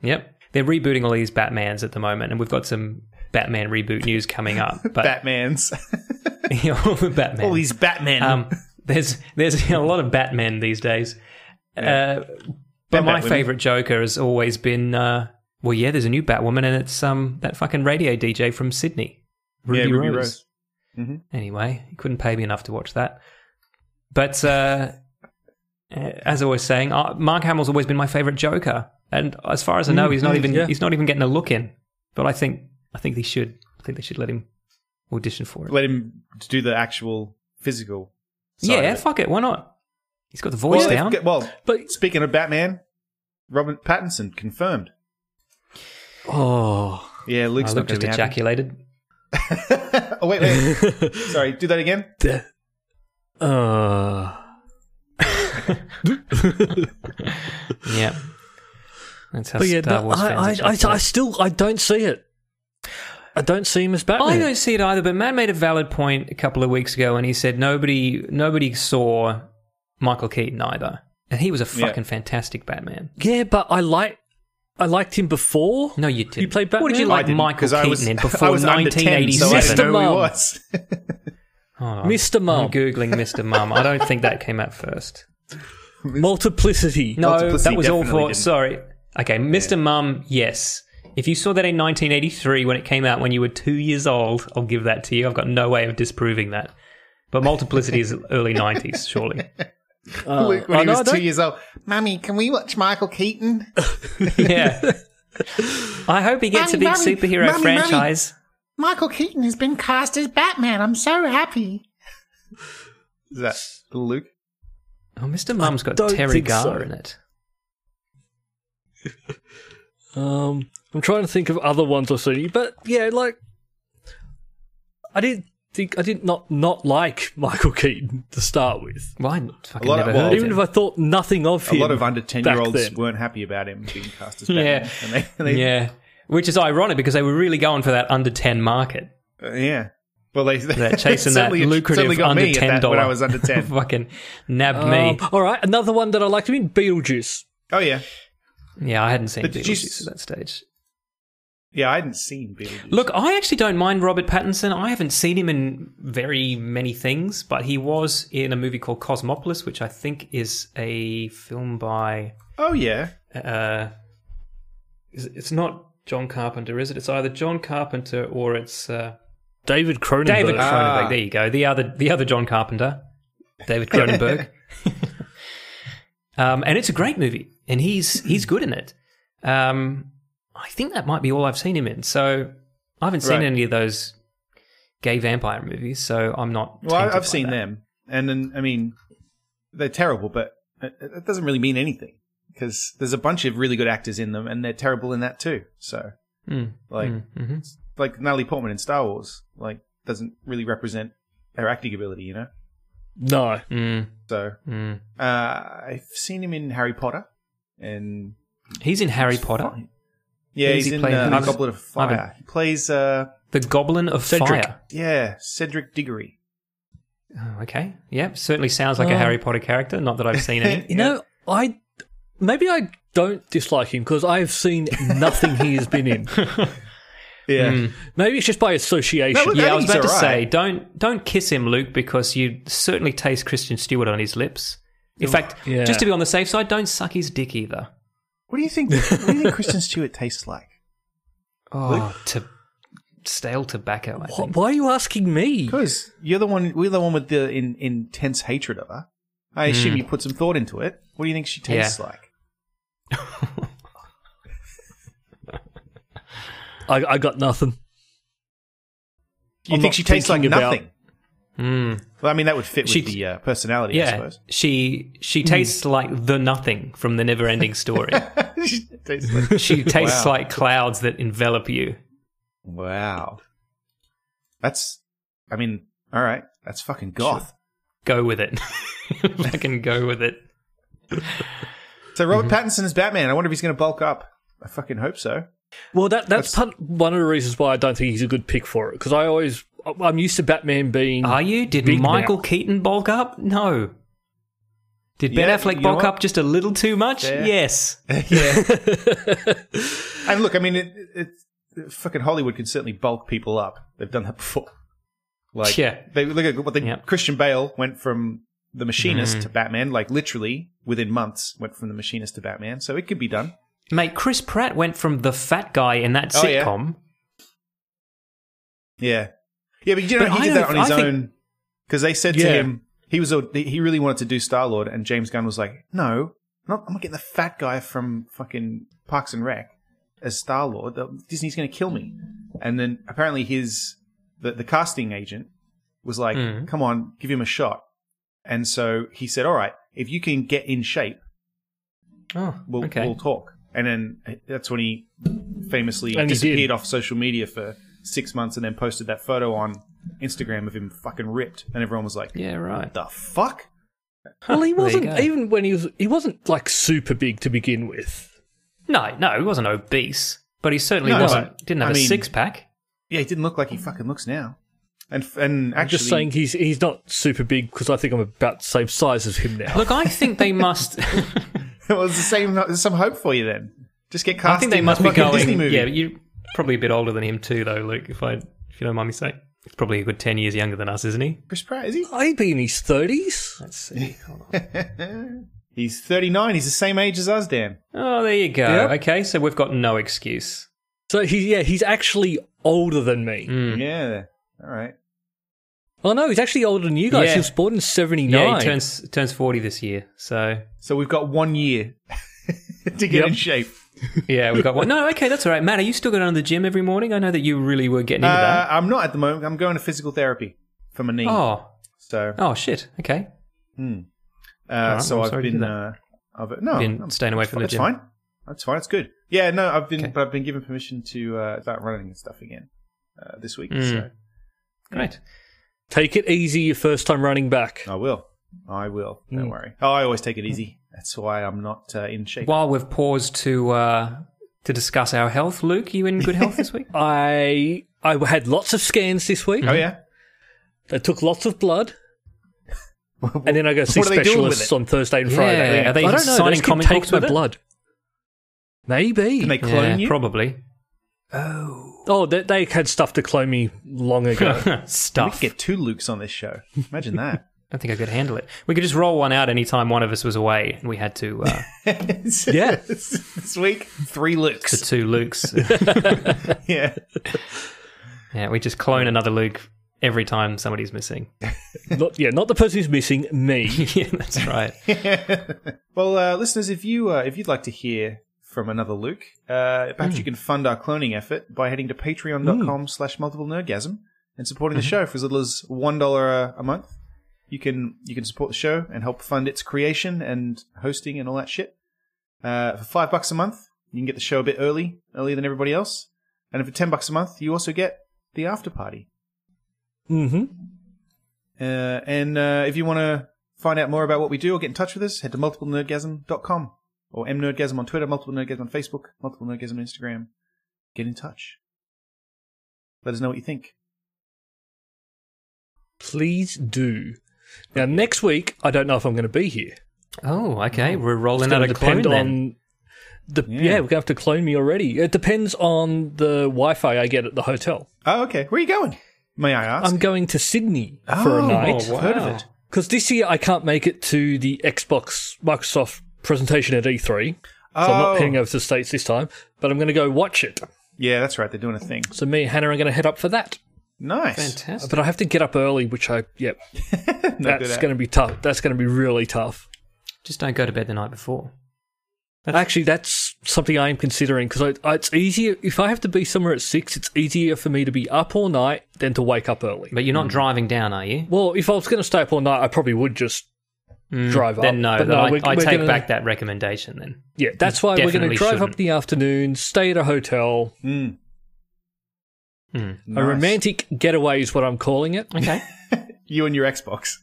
S4: Yep, they're rebooting all these Batmans at the moment, and we've got some Batman reboot news coming up. But
S3: Batman's.
S4: all the Batman,
S3: All these Batmen.
S4: um, there's there's a lot of Batman these days. Uh, but
S3: And
S4: my
S3: Batwomen.
S4: favorite Joker has always been uh, well, yeah. There's a new Batwoman, and it's um that fucking radio DJ from Sydney, Ruby,
S3: Ruby
S4: Rose.
S3: Rose.
S4: Anyway, he couldn't pay me enough to watch that. But uh, eh, as I was saying, uh, Mark Hamill's always been my favorite Joker, and as far as I know,
S3: Mm,
S4: he's not even
S2: yeah.
S4: he's not even getting a look in. But I think I think they should. I think they should let him audition for it.
S3: let him do the actual physical. side
S4: yeah,
S3: of it.
S4: fuck it. Why not? He's got the voice
S3: well,
S4: down.
S3: if- well,
S2: But-
S3: speaking of Batman, Robert Pattinson confirmed.
S2: Oh,
S3: Yeah, Luke's
S4: I
S3: not going
S4: Luke just
S3: to be happy.
S4: ejaculated.
S3: Oh wait, wait. Sorry, do that again.
S2: Uh,
S4: Yeah. That's how
S2: but yeah,
S4: Star
S2: no,
S4: Wars fans
S2: I, I, I,
S4: ejaculated.
S2: I still I don't see it. I don't see him as Batman.
S4: I don't see it either, but Matt made a valid point a couple of weeks ago and he said nobody nobody saw Michael Keaton either. And he was a
S3: Yeah.
S4: fucking fantastic Batman.
S2: Yeah, but I like I liked him before.
S4: No, you didn't.
S2: You played Batman.
S4: What did you like
S3: didn't,
S4: Michael
S3: 'cause I
S4: Keaton
S3: was-
S4: in
S3: I
S4: before
S3: was under 10, so I
S4: 1987?
S3: didn't know who
S2: Mr.
S3: he
S2: Mum.
S3: was.
S4: Hold on.
S2: Mr. Mum.
S3: Oh.
S4: I'm Googling Mr. Mum. I don't think that came out first.
S2: Multiplicity.
S4: No,
S3: Multiplicity
S4: that was all
S3: definitely
S4: for.
S3: didn't.
S4: Sorry. Okay, Mr. Mum, yes. If you saw that in 1983 when it came out when you were two years old, I'll give that to you. I've got no way of disproving that. But Multiplicity is early 90s, surely. Uh,
S3: Luke,
S4: oh,
S3: when
S2: I
S3: he
S2: know, I
S3: was two
S2: don't-
S3: years old, Mummy, can we watch Michael Keaton?
S4: Yeah. I hope he gets
S8: Mummy,
S4: a big
S8: mummy,
S4: superhero
S8: mummy, mummy.
S4: franchise.
S8: Michael Keaton has been cast as Batman. I'm so happy.
S3: Is that Luke?
S4: Oh, Mr. Mum's got
S2: don't
S4: Terry
S2: think
S4: Garner
S2: so.
S4: in it.
S2: Um, I'm trying to think of other ones I've seen, but yeah, like I didn't think I did not not like Michael Keaton to start with.
S4: Well, I fucking
S3: lot of-
S4: never
S3: well,
S4: heard of
S2: Even
S4: him.
S2: if I thought nothing of
S3: A
S2: him,
S3: lot of under ten year olds
S2: back then.
S3: weren't happy about him being cast as Batman.
S4: Yeah.
S3: and they, and they,
S4: yeah. Which is ironic because they were really going for that under 10 market.
S3: uh, yeah. Well, they
S4: They're chasing that
S3: certainly- certainly
S4: lucrative
S3: got
S4: under
S3: me at
S4: $10
S3: that when I was under ten.
S4: fucking nabbed
S2: Um,
S4: me.
S2: all right, another one that I liked. I mean, Beetlejuice.
S3: oh yeah,
S4: Yeah, I hadn't seen
S3: But did you
S4: Beetlejuice
S3: s-
S4: at that stage.
S3: yeah. I hadn't seen Beetlejuice.
S4: Look, I actually don't mind Robert Pattinson. I haven't seen him in very many things, but he was in a movie called Cosmopolis, which I think is a film by.
S3: oh yeah,
S4: Uh, is- it's not John Carpenter, is it? It's either John Carpenter or it's uh,
S2: David Cronenberg. Uh,
S4: David Cronenberg.
S3: Ah.
S4: There you go. The other, the other John Carpenter, David Cronenberg. um, and it's a great movie, and he's he's good in it. Um, I think that might be all I've seen him in. So I haven't seen
S3: Right.
S4: any of those gay vampire movies, so I'm not.
S3: Well, I-
S4: tainted
S3: I've
S4: by
S3: seen
S4: that.
S3: them, and then I mean, they're terrible, but it, it doesn't really mean anything because there's a bunch of really good actors in them, and they're terrible in that too. So,
S4: Hmm.
S3: like,
S4: Mm, mm-hmm.
S3: like Natalie Portman in Star Wars, like, doesn't really represent her acting ability, you know.
S2: No,
S4: Mm,
S3: So, uh, I've seen him in Harry Potter, and
S4: He's in Harry Potter,
S3: yeah,
S4: Who's
S3: he's
S4: he
S3: in
S4: playing?
S3: uh,
S4: I've-
S3: The Goblet of
S4: I haven't-
S3: Fire. He plays, uh,
S4: the Goblin of
S2: Cedric.
S4: Fire.
S3: yeah, Cedric Diggory.
S4: Oh, okay, yeah, certainly sounds
S3: Oh.
S4: like a Harry Potter character. Not that I've seen any.
S2: you know, I maybe I don't dislike him because I've seen nothing he has been in.
S3: Yeah,
S4: Hmm.
S2: Maybe it's just by association.
S3: No, look,
S4: Yeah,
S3: I
S4: I was
S3: think
S4: about to
S3: he's
S4: say,
S3: alright.
S4: don't don't kiss him, Luke, because you certainly taste Christian Stewart on his lips. In fact,
S2: Yeah.
S4: just to be on the safe side, don't suck his dick either.
S3: what do you think? what do you think Kristen Stewart tastes like?
S4: Oh, to stale tobacco. I
S2: Wh-
S4: think.
S2: Why are you asking me?
S3: Because you're the one, we're the one with the in, intense hatred of her. I assume you put some thought into it. What do you think she tastes
S4: Hmm. Yeah.
S3: like?
S2: I, I got nothing.
S3: You
S2: I'm
S3: think
S2: not
S3: she tastes like
S2: thinking about-
S3: nothing? Well, I mean, that would fit with
S4: Hmm. She-
S3: the uh, personality, I
S4: Yeah,
S3: suppose. Hmm.
S4: she she tastes like the nothing from the never ending story.
S3: she tastes like,
S4: she tastes
S3: Wow.
S4: like clouds that envelop you.
S3: wow. That's, I mean, all right. That's fucking goth.
S4: Go with it. Fucking go with it.
S3: So Robert
S4: Mm-hmm.
S3: Pattinson is Batman. I wonder if he's going to bulk up. I fucking hope so.
S2: Well, that that's, part, one of the reasons why I don't think he's a good pick for it because I always I'm used to Batman being.
S4: Are you? Did
S2: Big
S4: Michael
S2: mouth.
S4: Keaton bulk up? No. Did Ben
S3: Yeah,
S4: Affleck
S3: you know
S4: bulk
S3: what?
S4: up just a little too much?
S3: Yeah.
S4: Yes.
S3: And look, I mean, it, it, it, fucking Hollywood can certainly bulk people up. They've done that before. Like,
S4: Yeah. Mm.
S3: they look at what they
S4: Yep.
S3: Christian Bale went from the Machinist to Batman, like literally within months went from the Machinist to Batman. So it could be done.
S4: Mate, Chris Pratt went from the fat guy in that
S3: Oh, yeah.
S4: sitcom.
S3: Yeah, yeah, but you know
S4: But
S3: he
S4: I
S3: did that on
S4: don't-
S3: his
S4: I think-
S3: own because they said to
S2: Yeah.
S3: him he was a- he really wanted to do Star Lord, and James Gunn was like, no, I'm not, I'm not getting the fat guy from fucking Parks and Rec as Star Lord. Disney's going to kill me. And then apparently his the, the casting agent was like,
S4: Mm.
S3: come on, give him a shot. And so he said, all right, if you can get in shape,
S4: Oh,
S3: we'll
S4: okay.
S3: we'll talk. And then that's eh, when he famously
S2: And he did.
S3: disappeared off social media for six months and then posted that photo on Instagram of him fucking ripped, and everyone was like,
S4: Yeah, right.
S3: "The fuck."
S2: Well, he
S4: There you
S2: wasn't
S4: go.
S2: even when he was. He wasn't like super big to begin with.
S4: No, no, he wasn't obese, but he certainly
S3: No,
S4: wasn't.
S3: but,
S4: Didn't have
S3: I
S4: a
S3: mean-
S4: six pack.
S3: Yeah, he didn't look like he fucking looks now. And and actually,
S2: Just saying, he's he's not super big because I think I'm about the same size as him now.
S4: Look, I think they must.
S3: well, it's the same. There's some hope for you then. Just get cast.
S4: I think they
S3: in
S4: must
S3: a
S4: be
S3: fucking
S4: going.
S3: Disney movie.
S4: Yeah, you're probably a bit older than him too, though, Luke. If I, if you don't mind me saying, he's probably a good ten years younger than us, isn't he?
S3: Chris Pratt is he?
S2: I'd be in his thirties.
S4: Let's see. Hold on.
S3: He's 39. He's the same age as us, Dan.
S4: Oh, there you go.
S2: Yep.
S4: Okay, so we've got no excuse.
S2: So he yeah, he's actually older than me.
S3: Mm.
S4: Hmm.
S3: Yeah. All right.
S2: Oh no, he's actually older than you guys.
S4: Yeah.
S2: He was born in seventy nine.
S4: Yeah, he turns turns forty this year. So
S3: So we've got one year to get
S2: Yep.
S3: in shape.
S4: yeah, we've got one. No, okay, that's all right. Matt, are you still going to the gym every morning? I know that you really were getting into
S3: Uh,
S4: that.
S3: I'm not at the moment. I'm going to physical therapy for my knee.
S4: Oh,
S3: So, uh,
S4: oh shit. Okay, right,
S3: so
S4: well,
S3: I've
S4: sorry to
S3: been,
S4: hear
S3: uh, I've no,
S4: Been
S3: I'm-
S4: staying away from the
S3: it's
S4: gym.
S3: fine. That's fine. It's good. Yeah, no, I've been,
S4: Okay.
S3: but I've been given permission to uh, start running and stuff again uh, this week.
S4: Mm. great.
S2: Take it easy your first time running back.
S3: So I will. I will. Don't
S4: Hmm.
S2: Mm.
S3: worry. Oh, I always take it easy. That's why I'm not uh, in shape.
S4: While we've paused to uh, to discuss our health, Luke, you in good health this week?
S2: I I had lots of scans this week.
S3: oh yeah.
S2: They took lots of blood. and then I go see
S3: what are they doing with
S2: specialists
S3: it?
S2: on Thursday and
S4: Yeah,
S2: Friday.
S4: are they
S2: I don't
S4: just
S2: know.
S4: signing
S2: they just keep
S4: comic
S2: taking
S4: books
S2: my
S4: with it?
S2: blood. Maybe.
S3: Can they clone
S4: yeah,
S3: you?
S4: probably.
S2: oh, they, they had stuff to clone me long ago.
S3: we
S4: Stuff.
S3: could get two Lukes on this show. Imagine that.
S4: I think I could handle it. We could just roll one out anytime one of us was away, and we had to uh,
S2: Yeah.
S3: this week, three
S4: to
S3: Lukes.
S4: two Lukes.
S3: yeah.
S4: yeah, we just clone another Luke every time somebody's missing.
S2: not, yeah, not the person who's missing, me.
S4: yeah, that's right.
S3: Well, uh, listeners, if you uh, if you'd like to hear from another Luke, uh, perhaps you can fund our cloning effort by heading to patreon.com slash multiple nerdgasm and supporting the show for as little as one dollar a- a month. You can you can support the show and help fund its creation and hosting and all that shit. Uh, for five bucks a month, you can get the show a bit early, earlier than everybody else. And for ten bucks a month, you also get the after party.
S2: hmm
S3: Uh, and uh, if you want to find out more about what we do or get in touch with us, head to multiplenerdgasm.com or mnerdgasm on Twitter, multiple nerdgasm on Facebook, multiple nerdgasm on Instagram. Get in touch. Let us know what you think.
S2: Please do. Now, next week, I don't know if I'm going to be here.
S4: Oh, okay. We're rolling out
S2: gonna
S4: a clone then.
S2: The,
S3: Yeah.
S2: yeah. we're going to have to clone me already. It depends on the Wi Fi I get at the hotel.
S3: Oh, okay. Where are you going? May I ask?
S2: I'm going to Sydney for
S3: Oh,
S2: a night.
S3: I've heard of it.
S2: Because this year I can't make it to the Xbox Microsoft presentation at E3. So I'm
S3: Oh.
S2: not heading over to the States this time, but I'm going to go watch it.
S3: Yeah, that's right. They're doing a thing.
S2: So me and Hannah are going to head up for that.
S3: Nice.
S4: Fantastic.
S2: But I have to get up early, which I, yep,
S3: Not good
S2: that's
S3: at-
S2: going to be tough. That's going to be really tough.
S4: Just don't go to bed the night before.
S2: Actually, that's something I am considering because I, I, it's easier. If I have to be somewhere at six, it's easier for me to be up all night than to wake up early.
S4: But you're
S3: Mm.
S4: not driving down, are you?
S2: Well, if I was going to stay up all night, I probably would just drive up.
S4: Mm. Then no.
S2: But
S4: then I,
S2: we're-
S4: I
S2: we're
S4: take
S2: gonna-
S4: back that recommendation then.
S2: Yeah, that's why we're going
S4: Definitely
S2: to drive up
S4: shouldn't.
S2: in the afternoon, stay at a hotel.
S3: Mm.
S2: A
S3: Nice.
S2: romantic getaway is what I'm calling it.
S4: Okay.
S3: You and your Xbox.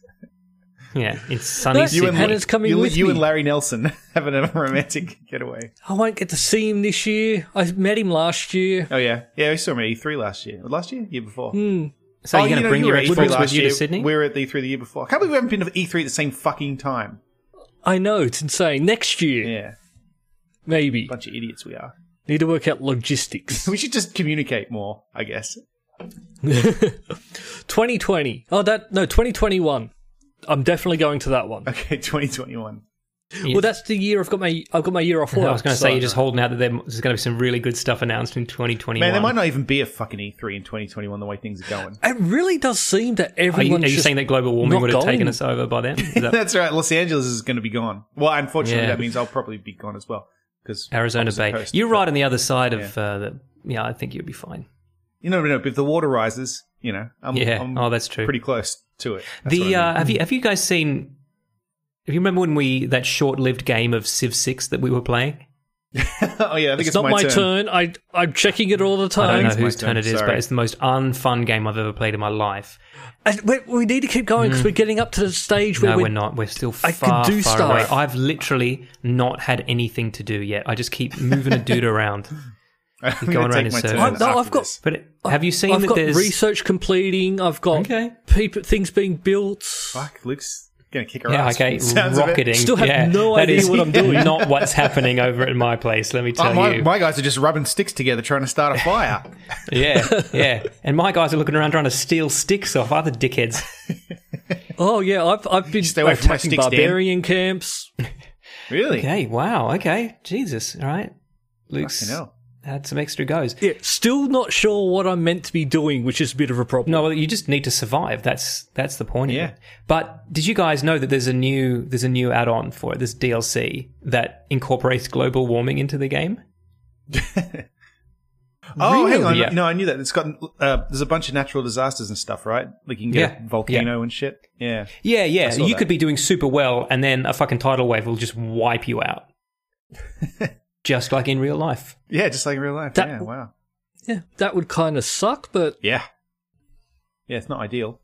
S4: yeah, it's sunny
S2: You
S4: Sydney.
S2: and Hannah's coming
S3: you,
S2: with
S3: you
S2: me.
S3: and Larry Nelson having a romantic getaway.
S2: I won't get to see him this year. I met him last year.
S3: Oh, yeah. Yeah, we saw him at E3 last year. Last year? Year before.
S4: so you're
S3: Oh, you
S4: going to
S3: know,
S4: bring
S3: you
S4: your
S3: were at E3
S4: Xbox with
S3: last
S4: you
S3: year.
S4: to Sydney?
S3: We were at E3 the year before. I can't believe we haven't been to E3 at the same fucking time.
S2: I know it's insane. Next year,
S3: Yeah,
S2: maybe
S3: bunch of idiots we are.
S2: need to work out logistics.
S3: We should just communicate more, I guess.
S2: 2020. Oh, that no, 2021. I'm definitely going to that one.
S3: Okay, 2021.
S2: Well, that's the year I've got my I've got my year off work.
S4: I was going to
S2: so-
S4: say you're just holding out that there- there's going to be some really good stuff announced in 2021.
S3: Man, there might not even be a fucking E3 in 2021 the way things are going.
S2: It really does seem that
S4: Are you,
S2: everyone's
S4: are you
S2: just-
S4: saying that global warming
S2: not
S4: would have
S2: going.
S4: taken us over by then? Is that
S3: That's right. Los Angeles is going to be gone. Well, unfortunately,
S4: Yeah.
S3: that means I'll probably be gone as well. Because
S4: Arizona
S3: opposite
S4: Bay.
S3: coast.
S4: You're right on the other side of uh, the. Yeah, I think you'll be fine.
S3: You know, no, but if the water rises, you know, I'm,
S4: Yeah.
S3: I'm
S4: oh, that's true.
S3: pretty close to it. That's
S4: the
S3: what I mean.
S4: uh, have
S2: Hmm.
S4: you have you guys seen? If you remember when we that short-lived game of Civ Six that we were playing, uh,
S3: oh yeah, I think it's,
S2: It's not
S3: my, turn.
S2: I I'm checking it all the
S4: I don't
S2: time.
S4: know whose
S3: my turn,
S4: turn it is,
S3: sorry.
S4: but it's the most unfun game I've ever played in my life.
S2: And we, we need to keep going because we're getting up to the stage where
S4: Mm. No,
S2: we're,
S4: we're, not. We're still
S2: I
S4: far,
S2: could do
S4: far
S2: stuff.
S4: away. I've literally not had anything to do yet. I just keep moving a dude around.
S3: I'm
S4: going
S3: gonna
S4: around
S3: take
S4: in
S3: my turn.
S4: circles.
S2: I- Oh, no,
S3: after
S2: I've got-
S3: this.
S4: But it, have you seen
S2: I've
S4: that
S2: got
S4: there's
S2: research completing. I've got
S4: Okay.
S2: people, things being built.
S3: fuck. Luke's gonna kick her
S4: yeah,
S3: ass.
S4: okay,
S3: Sounds of it.
S4: rocketing.
S2: Still have
S4: yeah,
S2: no
S4: that
S2: idea
S4: is
S2: what I'm doing. Uh,
S4: Not what's happening over at my place. Let me tell
S3: Oh, my,
S4: you.
S3: my guys are just rubbing sticks together trying to start a fire.
S4: Yeah, yeah. And my guys are looking around trying to steal sticks off other dickheads.
S2: Oh yeah, I've I've been
S3: Stay away from my
S2: attacking
S3: sticks, Dan.
S2: barbarian camps.
S3: really?
S4: Okay, wow. Okay, Jesus. All right, Luke's
S3: Fucking hell.
S4: had some extra goes.
S2: Yeah, still not sure what I'm meant to be doing, which is a bit of a problem.
S4: No, well, you just need to survive. That's that's the point. of
S3: Yeah.
S4: it. But did you guys know that there's a new there's a new add-on for it, this DLC that incorporates global warming into the game?
S3: Oh, hang on.
S4: Yeah.
S3: No, I knew that. It's got uh, there's a bunch of natural disasters and stuff, right? Like you can get
S4: Yeah.
S3: a volcano and shit. Yeah.
S4: Yeah, yeah.
S3: saw
S4: You
S3: that.
S4: could be doing super well, and then a fucking tidal wave will just wipe you out, just like in real life.
S3: Yeah, just like in real life.
S2: That-
S3: yeah, wow.
S2: Yeah, that would kind of suck, but
S3: Yeah. Yeah, it's not ideal.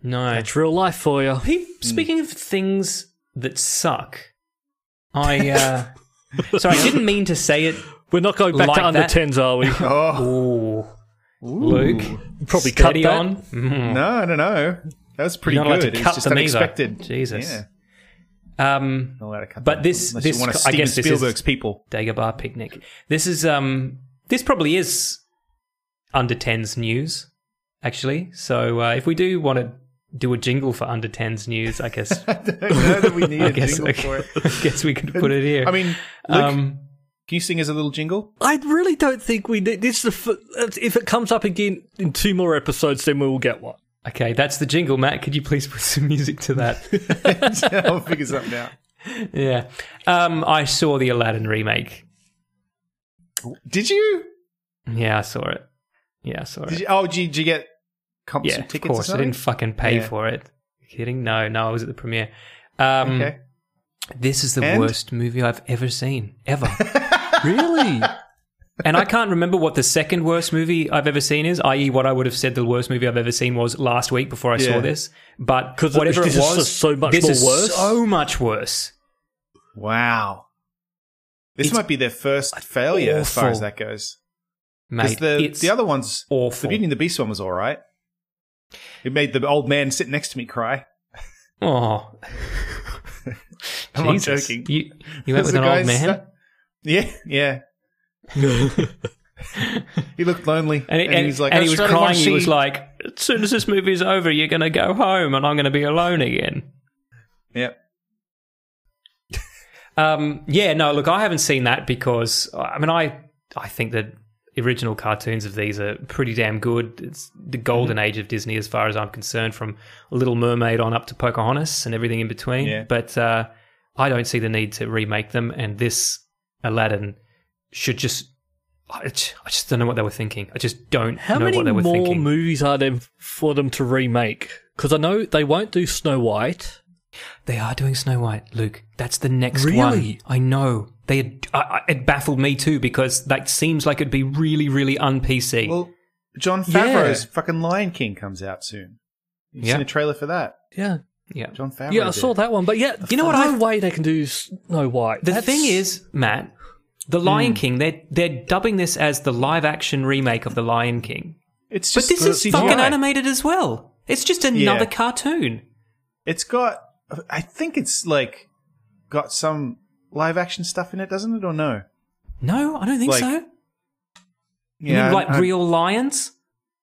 S4: No.
S2: that's real life for you.
S4: Pe-
S3: Hmm.
S4: Speaking of things that suck, I uh, sorry, I didn't mean to say it.
S2: We're not going back
S4: Like
S2: to under
S4: that.
S2: tens, are we?
S3: Oh,
S4: Ooh, Luke,
S2: Probably cut
S4: steady
S2: that.
S4: on. Mm.
S3: no, I don't know. That was pretty
S4: You're not allowed
S3: good.
S4: to
S3: It was
S4: cut
S3: just
S4: them either.
S3: unexpected.
S4: Jesus.
S3: Yeah.
S4: Um,
S3: Not allowed to cut
S4: But
S3: them.
S4: this-
S3: Unless
S4: this
S3: you want to
S4: co- I
S3: Steven
S4: guess this is-
S3: Spielberg's people.
S4: Dagobah picnic. This is um this probably is under tens news actually. So uh, if we do want to do a jingle for under tens news, I guess
S3: I don't know that we need
S4: I
S3: a
S4: guess
S3: jingle
S4: I
S3: for it.
S4: guess we could put it here.
S3: I mean, Luke,
S4: um,
S3: can you sing as a little jingle?
S2: I really don't think we need. This is the f- if it comes up again in two more episodes, then we will get one.
S4: okay, that's the jingle, Matt. Could you please put some music to that?
S3: I'll figure something out.
S4: yeah. Um, I saw the Aladdin remake.
S3: Did you?
S4: Yeah, I saw it. Yeah, I saw it.
S3: Did you oh, did you, did you get comp
S4: yeah,
S3: some
S4: of
S3: tickets or
S4: course. I
S3: something?
S4: didn't fucking pay
S3: Yeah.
S4: for it. Kidding? No, no. I was at the premiere. Um,
S3: okay.
S4: This is the
S3: And?
S4: worst movie I've ever seen, ever.
S2: Really?
S4: and I can't remember what the second worst movie I've ever seen is, i.e., what I would have said the worst movie I've ever seen was last week before I
S3: Yeah.
S4: saw this. But
S2: 'Cause
S4: whatever
S2: this
S4: it
S2: is
S4: was,
S2: just so much
S4: this
S2: more
S4: is
S2: worse.
S4: So much worse.
S3: Wow. This
S4: It's
S3: might be their first failure as far
S4: awful.
S3: as that goes. Because
S4: Mate,
S3: the,
S4: it's
S3: the other ones,
S4: awful.
S3: the Beauty and the Beast one was all right. It made the old man sitting next to me cry.
S4: oh,
S3: I'm not
S4: Jesus.
S3: joking.
S4: You, you
S3: There's
S4: went with
S3: a
S4: an old
S3: guy
S4: man,
S3: sta- yeah, yeah. he looked lonely, and,
S4: and, he- and,
S3: he's like, "Oh,
S4: and
S3: "I
S4: he was
S3: just really wanna
S4: crying. He
S3: see-"
S4: was like, "As soon as this movie's over, you're going to go home, and I'm going to be alone again."
S3: "Yeah,
S4: Um, yeah, no, look, I haven't seen that because I mean, I I think that original cartoons of these are pretty damn good. It's the golden age of Disney, as far as I'm concerned, from Little Mermaid on up to Pocahontas and everything in between.
S3: Yeah.
S4: But uh, I don't see the need to remake them, and this Aladdin should just. I j- I just don't know what they were thinking. I just don't
S2: How
S4: know
S2: many
S4: what they were
S2: more
S4: thinking.
S2: movies are there for them to remake? Because I know they won't do Snow White.
S4: They are doing Snow White, Luke. That's the next one.
S2: Really?
S4: I know. They I, I, it baffled me too because that seems like it'd be really, really un PC.
S3: well, John Favreau's fucking Lion King comes out soon. You've
S4: Yeah.
S3: seen a trailer for that,
S2: Yeah,
S4: yeah.
S3: John Favreau.
S2: yeah, I
S3: did
S2: saw
S3: it.
S2: that one. But yeah,
S4: You know what
S2: No
S4: I-
S2: way they can do Snow White.
S4: The
S2: That's-
S4: thing is, Matt, the
S3: Hmm.
S4: Lion King. They're they're dubbing this as the live action remake of the Lion King,
S3: It's
S4: but
S3: just
S4: this
S3: the
S4: is fucking
S3: CGI.
S4: animated as well. It's just another cartoon.
S3: It's got, I think it's like got some live action stuff in it, doesn't it? Or no?
S4: No, I don't think
S3: Like,
S4: so.
S3: Yeah,
S4: you mean like
S3: I-
S4: real lions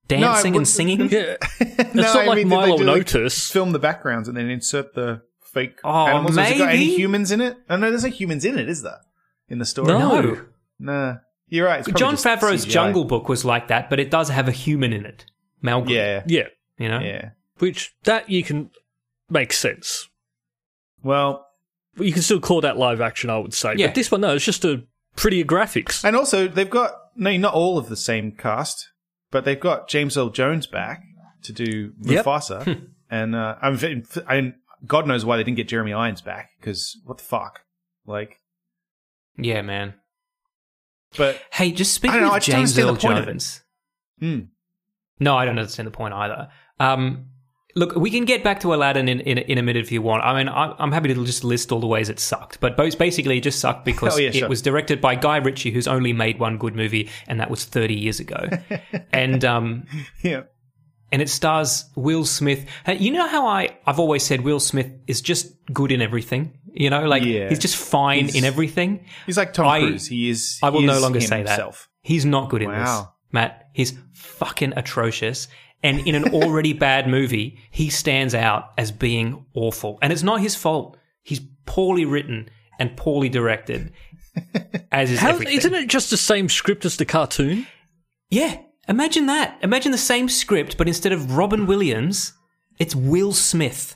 S4: dancing
S3: I
S4: and
S3: wouldn't-
S4: singing.
S2: yeah, it's
S3: No,
S2: not
S3: I
S2: like
S3: mean, did they
S2: Milo
S3: do, like,
S2: Notice.
S3: film the backgrounds and then insert the fake
S4: Oh,
S3: animals. Has it got any
S4: maybe?
S3: humans in it? Oh no, there's no humans in it, is there? In the story?
S2: No.
S4: no.
S3: Nah. You're right. it's probably
S4: John
S3: just
S4: Favreau's
S3: CGI.
S4: Jungle Book was like that, but it does have a human in it, Malcolm.
S3: Yeah.
S2: yeah,
S4: you know.
S3: Yeah.
S2: which that you can make sense.
S3: Well,
S2: But you can still call that live action, I would say.
S4: Yeah.
S2: But this one, no, it's just a prettier graphics.
S3: and also they've got no, not all of the same cast, but they've got James Earl Jones back to do
S2: Yep.
S3: Mufasa, and uh, I'm, I'm, God knows why they didn't get Jeremy Irons back because what the fuck? Like,
S4: Yeah, man.
S3: But
S4: Hey, just speaking
S3: I don't know, I
S4: of
S3: just don't
S4: James
S3: understand
S4: Earl
S3: the point of it.
S4: Jones.
S3: Hmm.
S4: No, I don't understand the point either. Um, look, we can get back to Aladdin in, in, in a minute if you want. I mean, I'm, I'm happy to just list all the ways it sucked, but both basically it just sucked because
S3: Oh, yeah,
S4: it
S3: sure.
S4: was directed by Guy Ritchie, who's only made one good movie, and that was 30 years ago. and um,
S3: yeah,
S4: and it stars Will Smith. Hey, you know how I I've always said Will Smith is just good in everything. You know, like
S3: Yeah.
S4: he's just fine
S3: He's-
S4: in everything.
S3: he's like Tom
S4: I-
S3: Cruise. He is.
S4: I will
S3: he
S4: no
S3: is
S4: longer say
S3: himself.
S4: that. He's not good in this,
S3: Wow.
S4: Matt. He's fucking atrocious. And in an already bad movie, he stands out as being awful. And it's not his fault. He's poorly written and poorly directed, as is
S2: How,
S4: everything.
S2: isn't it just the same script as the cartoon?
S4: Yeah, imagine that. Imagine the same script, but instead of Robin Williams, it's Will Smith.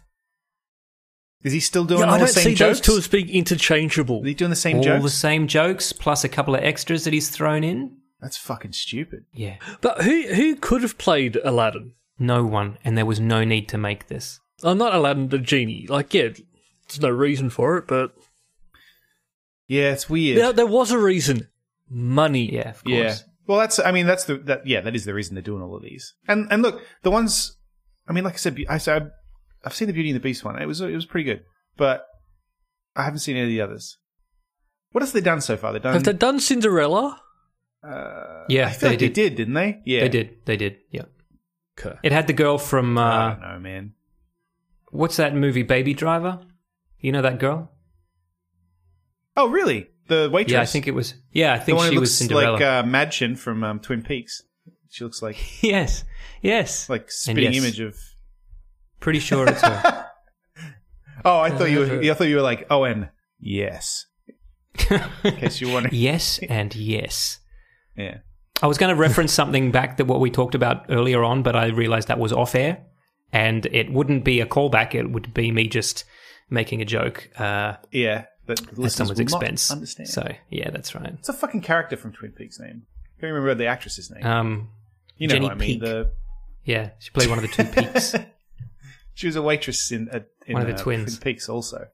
S3: Is he still doing
S2: Yeah,
S3: all
S2: I don't
S3: the same
S2: see those
S3: jokes?
S2: two as being interchangeable.
S3: Are they doing the same
S4: All
S3: jokes?
S4: the same jokes, plus a couple of extras that he's thrown in.
S3: That's fucking stupid.
S4: Yeah,
S2: But who who could have played Aladdin?
S4: no one, and there was no need to make this.
S2: I'm not Aladdin the genie. Like, yeah, there's no reason for it, but
S3: Yeah, it's weird.
S2: there, there was a reason. Money.
S4: Yeah, of course.
S3: Yeah. Well, that's. I mean, that's the. That yeah, that is the reason they're doing all of these. And and look, the ones. I mean, like I said, I said I've seen the Beauty and the Beast one. It was it was pretty good, but I haven't seen any of the others. What else have they done so far? They've done.
S2: Have they done Cinderella?
S4: Yeah,
S3: I feel
S4: they
S3: like
S4: did.
S3: they did, didn't they? Yeah,
S4: They did. They did. Yeah.
S2: Okay.
S4: It had the girl from uh,
S3: I don't know, man.
S4: what's that movie, Baby Driver? You know that girl?
S3: Oh, really? The waitress.
S4: Yeah, I think it was. Yeah, I
S3: the
S4: think
S3: one
S4: she
S3: who
S4: was
S3: looks
S4: Cinderella.
S3: like uh, Madchen from um, Twin Peaks. She looks like
S4: yes, yes.
S3: like
S4: And
S3: spitting
S4: yes,
S3: image of.
S4: Pretty sure it's her.
S3: Oh, I thought you were. I thought you were like Owen. Yes. In case you wanted.
S4: yes and yes.
S3: Yeah.
S4: I was going to reference something back that what we talked about earlier on, but I realized that was off air, and it wouldn't be a callback. It would be me just making a joke uh,
S3: Yeah. That the
S4: at
S3: listeners
S4: someone's
S3: will not
S4: expense.
S3: understand.
S4: So yeah, that's right.
S3: It's a fucking character from Twin Peaks name. I can't remember the actress's name.
S4: Um,
S3: you know
S4: Jenny
S3: what I mean.
S4: Peak.
S3: The,
S4: yeah, she played one of the two peaks.
S3: she was a waitress in, uh, in
S4: One of the
S3: uh,
S4: twins.
S3: Twin Peaks also.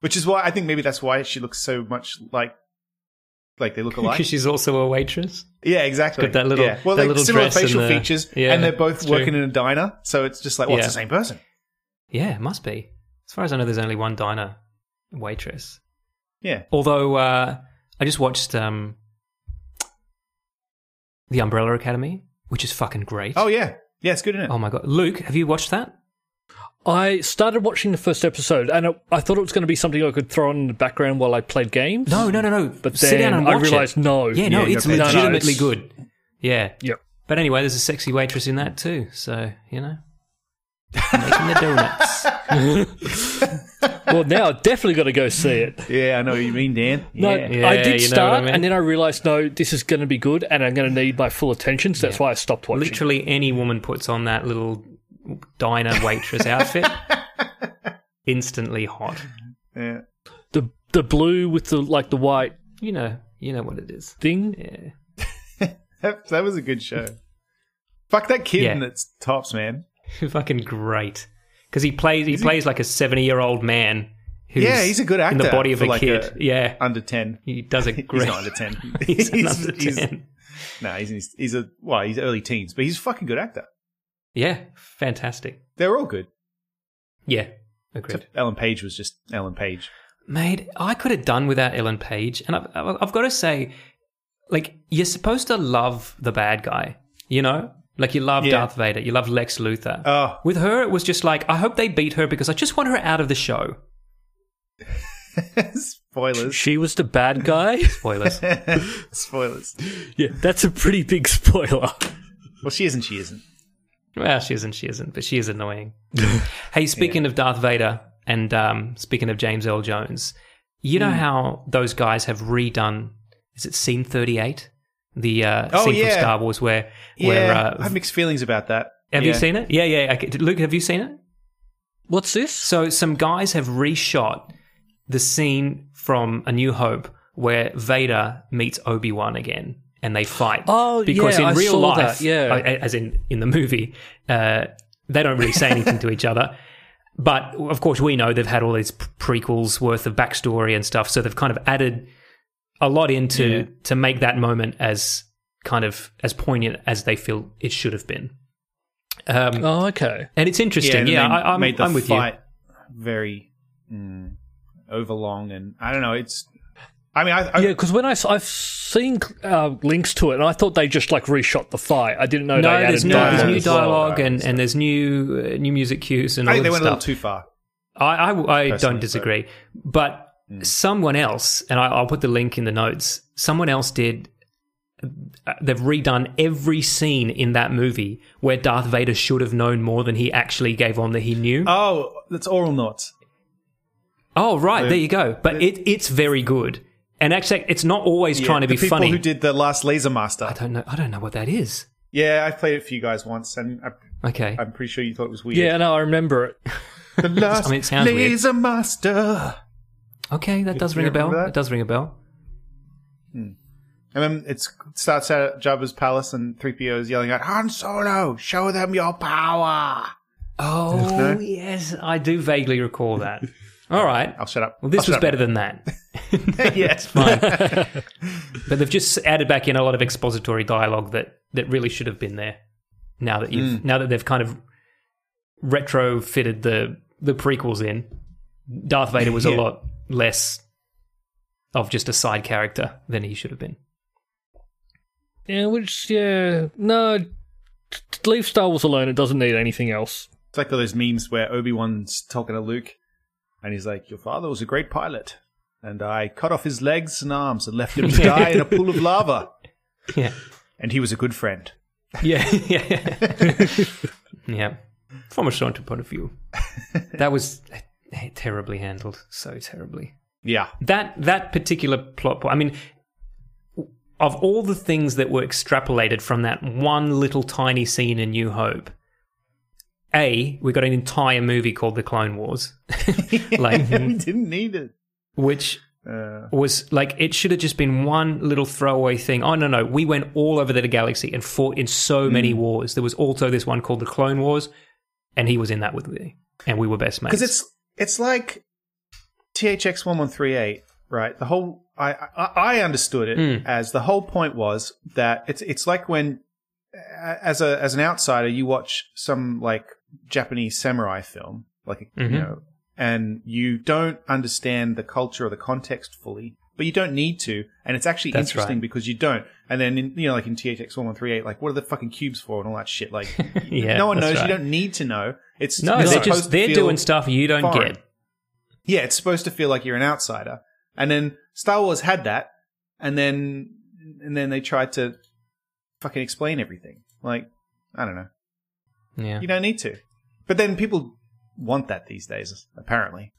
S3: Which is why I think maybe that's why she looks so much like like they look alike.
S4: Because she's also a waitress.
S3: yeah, exactly.
S4: got that little-
S3: yeah. Well,
S4: that
S3: they
S4: little
S3: similar
S4: dress and
S3: facial
S4: the-
S3: features,
S4: yeah,
S3: and they're both
S4: it's true.
S3: working in a diner, so it's just like, well,
S4: Yeah.
S3: it's the same person.
S4: Yeah, it must be. As far as I know, there's only one diner waitress.
S3: Yeah.
S4: Although uh, I just watched um, The Umbrella Academy, which is fucking great.
S3: Oh yeah, yeah, it's good in it.
S4: Oh my god, Luke, have you watched that?
S2: I started watching the first episode, and it, I thought it was going to be something I could throw on in the background while I played games.
S4: No, no, no, no.
S2: But
S4: sit down
S2: then
S4: and
S2: I
S4: watch it.
S2: realised, no.
S4: Yeah, no,
S3: Yeah, you
S4: it's
S3: gotta pay attention.
S4: legitimately
S2: No,
S4: good. Yeah.
S2: Yep.
S4: But anyway, there's a sexy waitress in that too. So you know, making the donuts.
S2: Well, now I definitely got to go see it.
S3: Yeah, I know what you mean, Dan.
S2: No,
S3: yeah.
S4: Yeah,
S2: I did
S4: you know what I
S2: start,
S4: mean.
S2: and then I realised, no, this is going to be good, and I'm going to need my full attention, so that's why I stopped watching.
S4: Literally, any woman puts on that little diner waitress outfit, instantly hot.
S3: yeah.
S2: The the blue with the like the white
S4: You know, you know what it is.
S2: thing.
S4: Yeah.
S3: That, that was a good show. Fuck that kid
S4: Yeah.
S3: in its tops, man.
S4: Fucking great. Because he plays, he plays like a seventy-year-old man. Who's
S3: Yeah, he's a good
S4: in the
S3: actor
S4: body of
S3: for
S4: a
S3: like
S4: kid.
S3: a-
S4: yeah,
S3: Under ten.
S4: he does a great.
S3: He's not under ten.
S4: he's an
S3: He's-
S4: under
S3: he's-
S4: 10.
S3: No, he's, he's he's a well, he's early teens, but he's a fucking good actor.
S4: Yeah, fantastic.
S3: They're all good.
S4: Yeah, agreed.
S3: Except Ellen Page was just Ellen Page.
S4: Mate, I could have done without Ellen Page, and I've, I've, I've got to say, like you're supposed to love the bad guy, you know, like you love
S3: Yeah.
S4: Darth Vader, you love Lex Luthor.
S3: Oh.
S4: With her, it was just like I hope they beat her because I just want her out of the show.
S3: Spoilers.
S2: She was the bad guy.
S4: Spoilers.
S3: Spoilers.
S2: yeah, that's a pretty big spoiler.
S3: Well, she isn't. She isn't.
S4: well, she isn't, she isn't, but she is annoying. hey, speaking of Darth Vader and um, speaking of James L. Jones, you
S3: Hmm.
S4: know how those guys have redone? Is it scene thirty-eight? The uh,
S3: Oh,
S4: scene
S3: yeah.
S4: from Star Wars where
S3: Yeah,
S4: where
S3: I
S4: uh,
S3: have mixed feelings about that.
S4: Have you
S3: Yeah.
S4: seen it? Yeah, yeah. Okay. Luke, have you seen it?
S2: What's this?
S4: So some guys have reshot the scene from A New Hope where Vader meets Obi Wan again, and they fight.
S2: Oh,
S4: because
S2: yeah,
S4: in
S2: I
S4: real
S2: saw
S4: life,
S2: that, yeah.
S4: uh, as in in the movie, uh, they don't really say anything to each other. But of course, we know they've had all these p- prequels worth of backstory and stuff, so they've kind of added a lot into to make that moment as kind of as poignant as they feel it should have been. Um,
S2: Oh, okay.
S4: and it's interesting. Yeah,
S3: and they
S4: I, I'm,
S3: made the
S4: I'm with
S3: fight very mm, overlong, and I don't know. It's, I mean, I, I
S4: Oh.
S2: Yeah, because when I have seen uh, links to it, and I thought they just like reshot the fight. I didn't know.
S4: you.
S2: they
S4: No,
S2: added
S4: there's, no,
S3: dialogue
S4: there's new
S2: as well.
S4: dialogue
S3: though,
S4: and, and there's new uh, new music cues and all
S3: I think they
S4: this
S3: went a
S4: stuff.
S3: little too far.
S4: I, I,
S3: Personally,
S4: I don't
S3: but- Hmm.
S4: disagree, but someone else, and I, I'll put the link in the notes. Someone else did. uh, They've redone every scene in that movie where Darth Vader should have known more than he actually gave on that he knew.
S3: Oh, that's oral knots.
S4: oh, right, there you go. But it, it's very good, and actually, it's not always trying to
S3: the
S4: be
S3: people
S4: funny.
S3: who did the last Laser Master.
S4: I don't know. I don't know what that is.
S3: Yeah, I played it for you guys once, and I,
S4: Okay,
S3: I'm pretty sure you thought it was weird.
S2: Yeah, no, I remember it.
S3: the last
S4: I mean, it sounds weird.
S3: Laser Master.
S4: okay, that does
S3: you
S4: ring a bell.
S3: remember that?
S4: It does ring a bell.
S3: And then it's, it starts out at Jabba's palace, and 3PO is yelling out, Han Solo, show them your power.
S4: Oh yes, I do vaguely recall that. All right,
S3: I'll shut up.
S4: Well, this
S3: I'll
S4: was
S3: shut
S4: better
S3: up.
S4: than that.
S3: yeah,
S4: It's fine. but they've just added back in a lot of expository dialogue that, that really should have been there. Now that you've
S3: Hmm.
S4: now that they've kind of retrofitted the the prequels in, Darth Vader was
S3: Yeah.
S4: a lot less of just a side character than he should have been.
S2: Yeah, which yeah, no, t- t- leave Star Wars alone. It doesn't need anything else.
S3: It's like all those memes where Obi Wan's talking to Luke, and he's like, "Your father was a great pilot, and I cut off his legs and arms and left him to die in a pool of lava.
S4: Yeah,
S3: And he was a good friend."
S4: yeah, yeah, yeah. From a Shonta point of view, that was eh, terribly handled. So terribly.
S3: Yeah,
S4: that that particular plot point. I mean, of all the things that were extrapolated from that one little tiny scene in New Hope, a we got an entire movie called The Clone Wars, like
S3: we didn't need it.
S4: which was like it should have just been one little throwaway thing. Oh no, no, we went all over the galaxy and fought in so
S3: Hmm.
S4: many wars. There was also this one called The Clone Wars, and he was in that with me, and we were best mates.
S3: because it's it's like THX one one three eight, right? The whole I I, I understood it
S4: Hmm.
S3: as the whole point was that it's it's like when uh, as a as an outsider you watch some like Japanese samurai film, like
S4: Mm-hmm.
S3: you know, and you don't understand the culture or the context fully. But you don't need to, and it's actually
S4: That's
S3: interesting
S4: right.
S3: because you don't. And then, in, you know, like in THX one one three eight, like what are the fucking cubes for and all that shit? Like,
S4: Yeah,
S3: no one
S4: that's
S3: knows.
S4: right.
S3: You don't need to know. It's
S4: no,
S3: it's
S4: they're
S3: supposed
S4: just
S3: to
S4: they're
S3: feel-
S4: doing stuff you don't
S3: foreign.
S4: get.
S3: yeah, it's supposed to feel like you're an outsider. And then Star Wars had that, and then and then they tried to fucking explain everything. Like, I don't know.
S4: Yeah,
S3: You don't need to. But then people want that these days, apparently.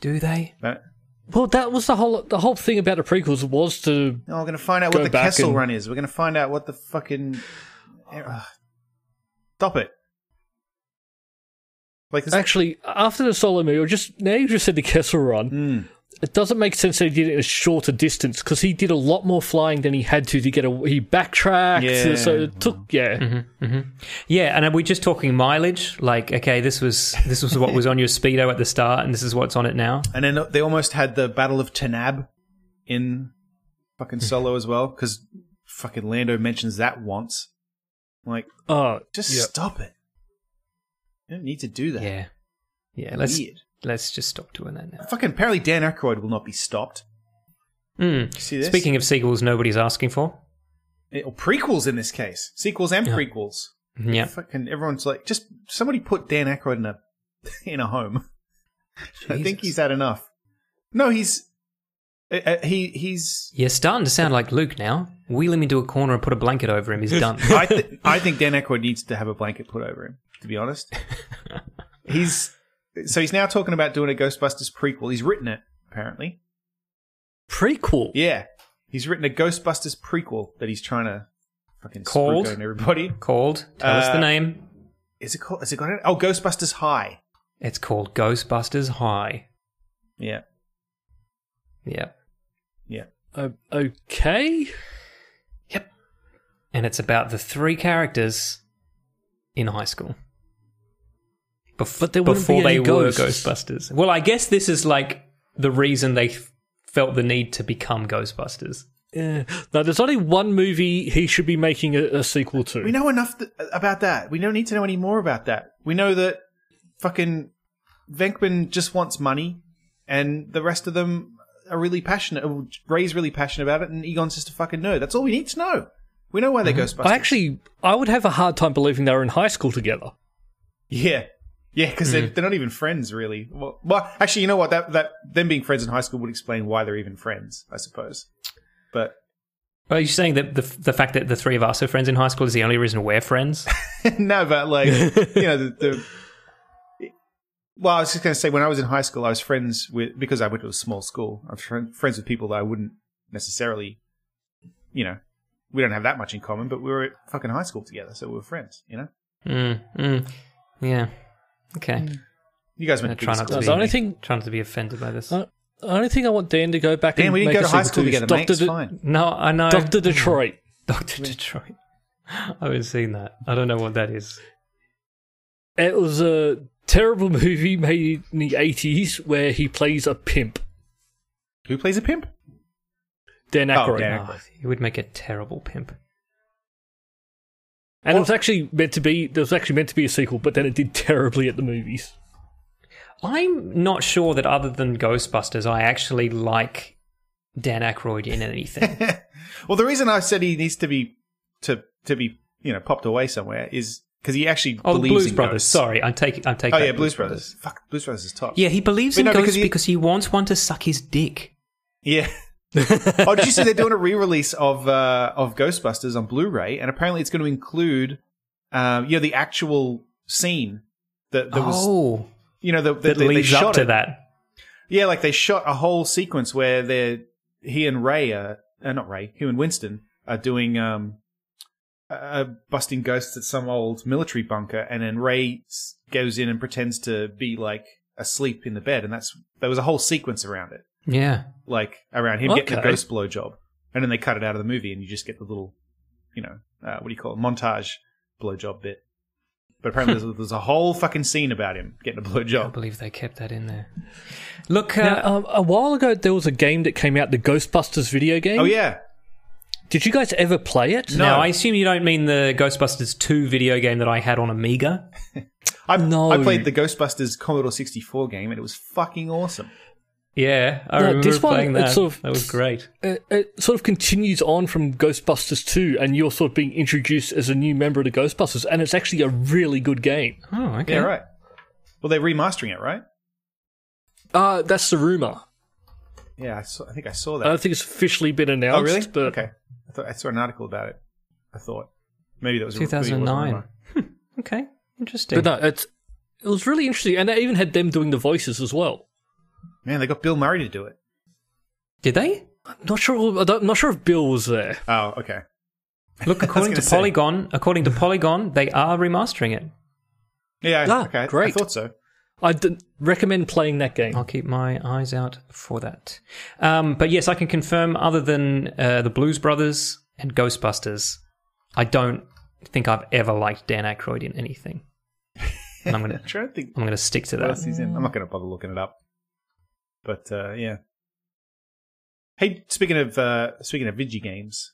S4: do they?
S3: But
S2: Well, that was the whole the whole thing about the prequels was to
S3: no, oh, we're gonna find out
S2: Go
S3: what the
S2: back
S3: Kessel
S2: and-
S3: run is. We're gonna find out what the fucking eh, Ugh. Stop it. Like this
S2: actually after the solo movie. Or just now you just said the Kessel Run.
S3: Hmm.
S2: It doesn't make sense that he did it in a shorter distance because he did a lot more flying than he had to to get a. He backtracked,
S3: Yeah.
S2: so it took yeah.
S4: Yeah, and are we just talking mileage? Like, okay, this was this was what was on your speedo at the start, and this is what's on it now.
S3: And then they almost had the Battle of Tanab in fucking
S4: Hmm.
S3: Solo as well, because fucking Lando mentions that once. Like,
S2: Oh,
S3: just
S2: yeah.
S3: stop it. You don't need to do that.
S4: Yeah, yeah. Let's
S3: Weird.
S4: let's just stop doing that now.
S3: Fucking apparently Dan Aykroyd will not be stopped.
S4: Mm.
S3: You see this? Eh,
S4: Speaking of sequels, nobody's asking for.
S3: or prequels in this case, sequels and prequels.
S4: Yeah,
S3: Fucking everyone's like, just somebody put Dan Aykroyd in a in a home. I think he's had enough. No, he's uh, uh, he he's
S4: You're starting to sound like Luke now. Wheel him into a corner and put a blanket over him. He's done.
S3: I, th- I think Dan Aykroyd needs to have a blanket put over him. To be honest, he's so he's now talking about doing a Ghostbusters prequel. He's written it apparently.
S2: prequel.
S3: Yeah, he's written a Ghostbusters prequel that he's trying to fucking
S4: Called?
S3: screw on everybody.
S4: called. Tell us
S3: Uh,
S4: the name.
S3: Is it called? Is it got it? Oh, Ghostbusters High.
S4: It's called Ghostbusters High.
S3: Yeah,
S4: Yeah,
S3: yeah.
S2: Uh, okay.
S4: and it's about the three characters in high school. Bef-
S2: But there wouldn't
S4: before
S2: be any
S4: they were
S2: ghosts.
S4: Ghostbusters. Well, I guess this is like the reason they f- felt the need to become Ghostbusters.
S2: Yeah. Now, there's only one movie he should be making a, a sequel to.
S3: We know enough th- about that. We don't need to know any more about that. We know that fucking Venkman just wants money, and the rest of them are really passionate. uh, Ray's really passionate about it, and Egon's just a fucking nerd. That's all we need to know. We know why they Ghostbusters.
S2: I actually, I would have a hard time believing they were in high school together.
S3: yeah, yeah, because they're, they're not even friends, really. Well, well, actually, you know what? That that them being friends in high school would explain why they're even friends, I suppose. But
S4: Are you saying that the the fact that the three of us are friends in high school is the only reason we're friends?
S3: no, but like you know the. the well, I was just going to say, when I was in high school, I was friends with because I went to a small school. I'm fr- friends with people that I wouldn't necessarily, you know, we don't have that much in common, but we were at fucking high school together, so we were friends. You know,
S4: mm, mm, yeah. Okay.
S3: you guys went
S4: I
S3: to
S4: try
S3: big schools.
S4: not to. Be,
S2: The only thing-
S4: trying to be offended by this.
S2: Uh, The only thing I want Dan to go back
S3: Dan,
S2: and
S3: we didn't
S2: make
S3: go to
S2: a
S3: high
S2: sequel
S3: school
S2: to is
S3: together, mate. It's
S2: De-
S3: fine. Hmm.
S4: no, I know.
S2: Doctor Detroit.
S4: Doctor Detroit. I haven't seen that. I don't know what that is.
S2: It was a terrible movie made in the 80s where he plays a pimp,
S3: Who plays a pimp?
S2: Dan
S3: Oh,
S2: Aykroyd.
S3: Dan.
S4: Oh, he would make a terrible pimp.
S2: And it was actually meant to be there was actually meant to be a sequel, but then it did terribly at the movies.
S4: I'm not sure that other than Ghostbusters, I actually like Dan Aykroyd in anything.
S3: Well, the reason I said he needs to be to to be you know popped away somewhere is because he actually
S4: oh, the
S3: believes
S4: Blues
S3: in
S4: Brothers.
S3: ghosts.
S4: Sorry, I take I take.
S3: Oh
S4: back
S3: yeah, Blues Brothers. Fuck, Blues Brothers is top.
S4: Yeah, he believes
S3: But
S4: in
S3: no,
S4: ghosts
S3: because
S4: because
S3: he-
S4: he, wants one to suck his dick.
S3: Yeah. oh, did you see they're doing a re-release of uh, of Ghostbusters on Blu-ray, and apparently it's going to include, um, you know, the actual scene that, that was,
S4: oh,
S3: you know, the,
S4: that
S3: they, they
S4: leads
S3: shot
S4: up to
S3: it.
S4: that.
S3: Yeah, like they shot a whole sequence where they're he and Ray are uh, not Ray, he and Winston are doing um, uh, busting ghosts at some old military bunker, and then Ray s- goes in and pretends to be like asleep in the bed, and that's there was a whole sequence around it
S4: Yeah.
S3: like around him getting a
S2: Okay.
S3: ghost blow job, and then they cut it out of the movie, and you just get the little, you know, uh, what do you call it, montage blow job bit. But apparently, there's, there's a whole fucking scene about him getting a blow
S4: I
S3: job.
S4: believe they kept that in there. Look, uh,
S2: Now, um, a while ago, there was a game that came out, the Ghostbusters video game.
S3: Oh yeah,
S2: Did you guys ever play it?
S3: no.
S4: now I assume you don't mean the Ghostbusters 2 video game that I had on Amiga.
S3: I,
S2: No.
S3: I played the Ghostbusters Commodore 64 game, and it was fucking awesome.
S4: Yeah, I
S2: No,
S4: remember
S2: this one,
S4: playing
S2: it's
S4: that.
S2: sort of-
S4: that was great.
S2: It, Uh, it sort of continues on from Ghostbusters 2, and you're sort of being introduced as a new member of the Ghostbusters, and it's actually a really good game.
S4: Oh, okay.
S3: Yeah, right. Well, they're remastering it, right?
S2: Uh, that's the rumor.
S3: Yeah, I, saw, I think I saw
S2: I
S3: that.
S2: don't think it's officially been announced.
S3: oh, really?
S2: But
S3: okay. I, thought, I saw an article about it. I thought maybe that was a- maybe it wasn't a
S4: 2009.
S3: rumor.
S4: Hmm, okay, interesting.
S2: But no, it's it was really interesting, and they even had them doing the voices as well.
S3: Man, they got Bill Murray to do it.
S4: Did they?
S2: Not sure. I don't- I'm not sure if Bill was there.
S3: Oh, okay.
S4: Look,
S3: I was
S4: according
S3: gonna
S4: to
S3: say.
S4: Polygon, according to Polygon, they are remastering it.
S3: Yeah.
S2: Ah,
S3: okay. I
S2: great.
S3: thought so.
S2: I d- recommend playing that game.
S4: I'll keep my eyes out for that. Um, but yes, I can confirm. Other than uh, the Blues Brothers and Ghostbusters, I don't think I've ever liked Dan Aykroyd in anything. And I'm gonna,
S3: I'm trying to think.
S4: I'm gonna stick to
S3: what else
S4: that.
S3: he's in. I'm not going to bother looking it up. But uh, yeah. Hey, speaking of uh, speaking of Vigi games,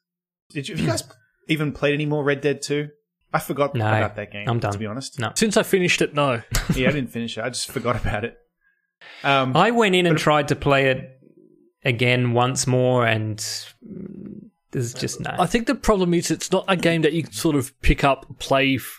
S3: did you, have you guys even played any more Red Dead Two? I forgot
S4: No,
S3: about that game.
S4: I'm done.
S3: To be honest,
S4: No,
S2: Since I finished it, no.
S3: yeah, I didn't finish it. I just forgot about it. Um,
S4: I went in and tried to play it again once more, and mm, there's just no.
S2: I think the problem is it's not a game that you can sort of pick up, play, f- play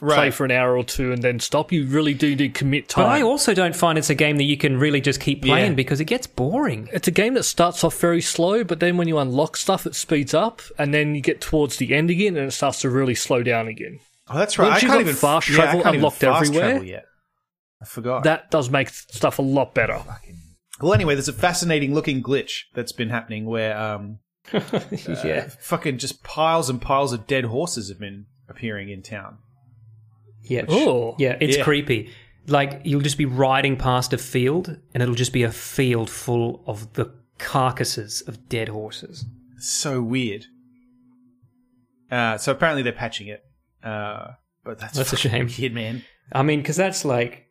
S3: Right.
S2: for an hour or two, and then stop. You really do need to commit time.
S4: But I also don't find it's a game that you can really just keep
S3: Yeah.
S4: playing because it gets boring.
S2: it's a game that starts off very slow, but then when you unlock stuff, it speeds up, and then you get towards the end again, and it starts to really slow down again.
S3: oh, that's right.
S2: once
S3: I
S2: you
S3: can't
S2: got
S3: even
S2: fast
S3: yeah, I
S2: travel
S3: can't even
S2: unlocked
S3: fast
S2: everywhere.
S3: travel yet. I forgot.
S2: That does make stuff a lot better.
S3: well, anyway, there's a fascinating looking glitch that's been happening where um, uh,
S4: yeah,
S3: fucking just piles and piles of dead horses have been appearing in town.
S4: yeah,
S2: Oh.
S4: yeah. It's
S3: Yeah.
S4: creepy. Like you'll just be riding past a field, and it'll just be a field full of the carcasses of dead horses.
S3: so weird. Uh, so apparently they're patching it, uh, but that's
S4: That's a shame.
S3: weird man.
S4: I mean, because that's like.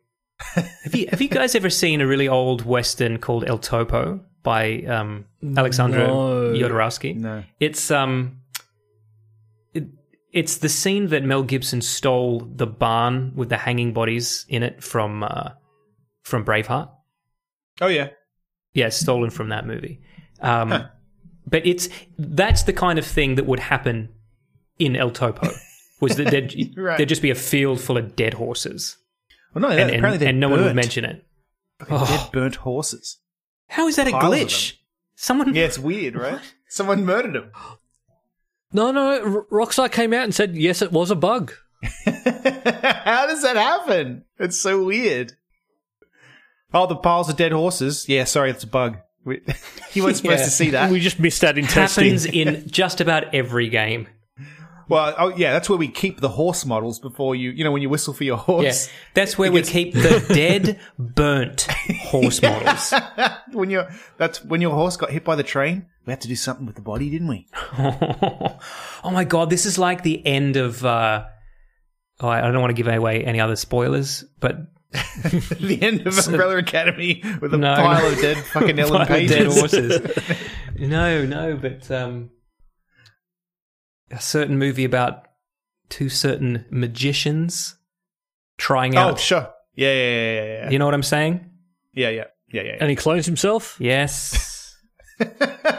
S4: have you have you guys ever seen a really old western called El Topo? by um, Alexandra
S2: No.
S4: Jodorowsky.
S3: No.
S4: It's um, it, it's the scene that Mel Gibson stole the barn with the hanging bodies in it from uh, from Braveheart.
S3: Oh yeah.
S4: Yeah, it's stolen from that movie. Um, But it's that's the kind of thing that would happen in El Topo. Was that there'd,
S3: Right.
S4: there'd just be a field full of dead horses,
S3: Well, no,
S4: and, and,
S3: apparently they're
S4: and no one would
S3: burnt.
S4: mention Oh. it.
S3: They're dead burnt horses.
S4: How is that a
S3: Piles of
S4: glitch? Someone,
S3: Yeah, it's weird, right? Someone murdered him.
S2: No, no, no. R- Rockstar came out and said, yes, it was a bug.
S3: How does that happen? It's so weird. Oh, the piles of dead horses. Yeah, sorry, it's a bug. We- you weren't supposed
S4: Yeah.
S3: to see that.
S2: We just missed that in testing.
S4: happens in just about every game.
S3: well, oh yeah, that's where we keep the horse models before you. You know, when you whistle for your horse.
S4: Yeah. That's where we keep the dead, burnt horse models.
S3: When your that's when your horse got hit by the train. We had to do something with the body, didn't we?
S4: oh my god, this is like the end of. Uh, oh, I I don't want to give away any other spoilers, but
S3: the end of Umbrella Academy with a
S4: No.
S3: pile of dead fucking Ellen
S4: Pile of
S3: Page
S4: dead
S3: horses.
S4: horses. no, no, but um, a certain movie about two certain magicians trying
S3: Oh,
S4: out.
S3: sure. Yeah, yeah, yeah, yeah, yeah,
S4: you know what I'm saying?
S3: yeah, yeah, yeah, yeah. yeah.
S2: and he clones himself?
S4: Yes.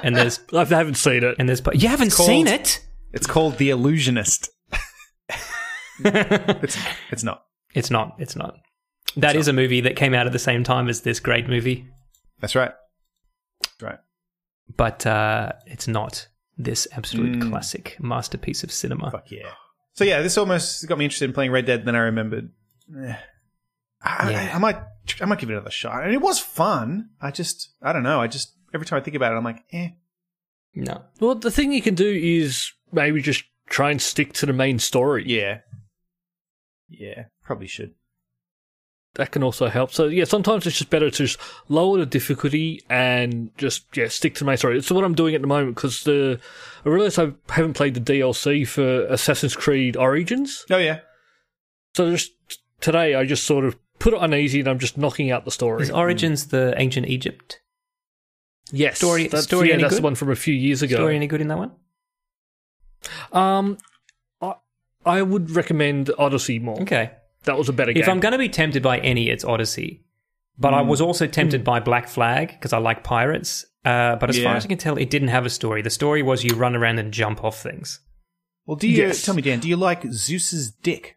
S4: and there's
S2: I haven't seen it.
S4: and there's you haven't
S3: called-
S4: seen it.
S3: It's called The Illusionist. it's it's not.
S4: It's not. It's not. That is a movie that came out at the same time as this great movie,
S3: That's right. That's right.
S4: but uh, it's not this absolute classic masterpiece of cinema.
S3: Fuck yeah. So yeah, this almost got me interested in playing Red Dead. Then I remembered. eh, I,
S4: Yeah.
S3: I, I might I might give it another shot. And it was fun. I just I don't know. I just every time I think about it, I'm like, eh.
S4: No.
S2: Well, the thing you can do is maybe just try and stick to the main story.
S3: Yeah. Yeah. Probably should.
S2: That can also help. So, yeah, sometimes it's just better to just lower the difficulty and just, yeah, stick to the main story. It's what I'm doing at the moment because the, I realize I haven't played the DLC for Assassin's Creed Origins.
S3: Oh yeah.
S2: So, just today I just sort of put it on easy and I'm just knocking out the story.
S4: Is Origins the ancient Egypt
S2: yes.
S4: story-
S2: that's,
S4: story
S2: yeah,
S4: any
S2: that's
S4: good?
S2: the one from a few years ago.
S4: story any good in that one?
S2: Um, I, I would recommend Odyssey more.
S4: Okay.
S2: That was a better game.
S4: If I'm going to be tempted by any, it's Odyssey. But I was also tempted by Black Flag because I like pirates. Uh, but as far
S3: Yeah.
S4: as I can tell, it didn't have a story. The story was you run around and jump off things.
S3: Well, do you
S2: Yes.
S3: tell me, Dan? Do you like Zeus's dick?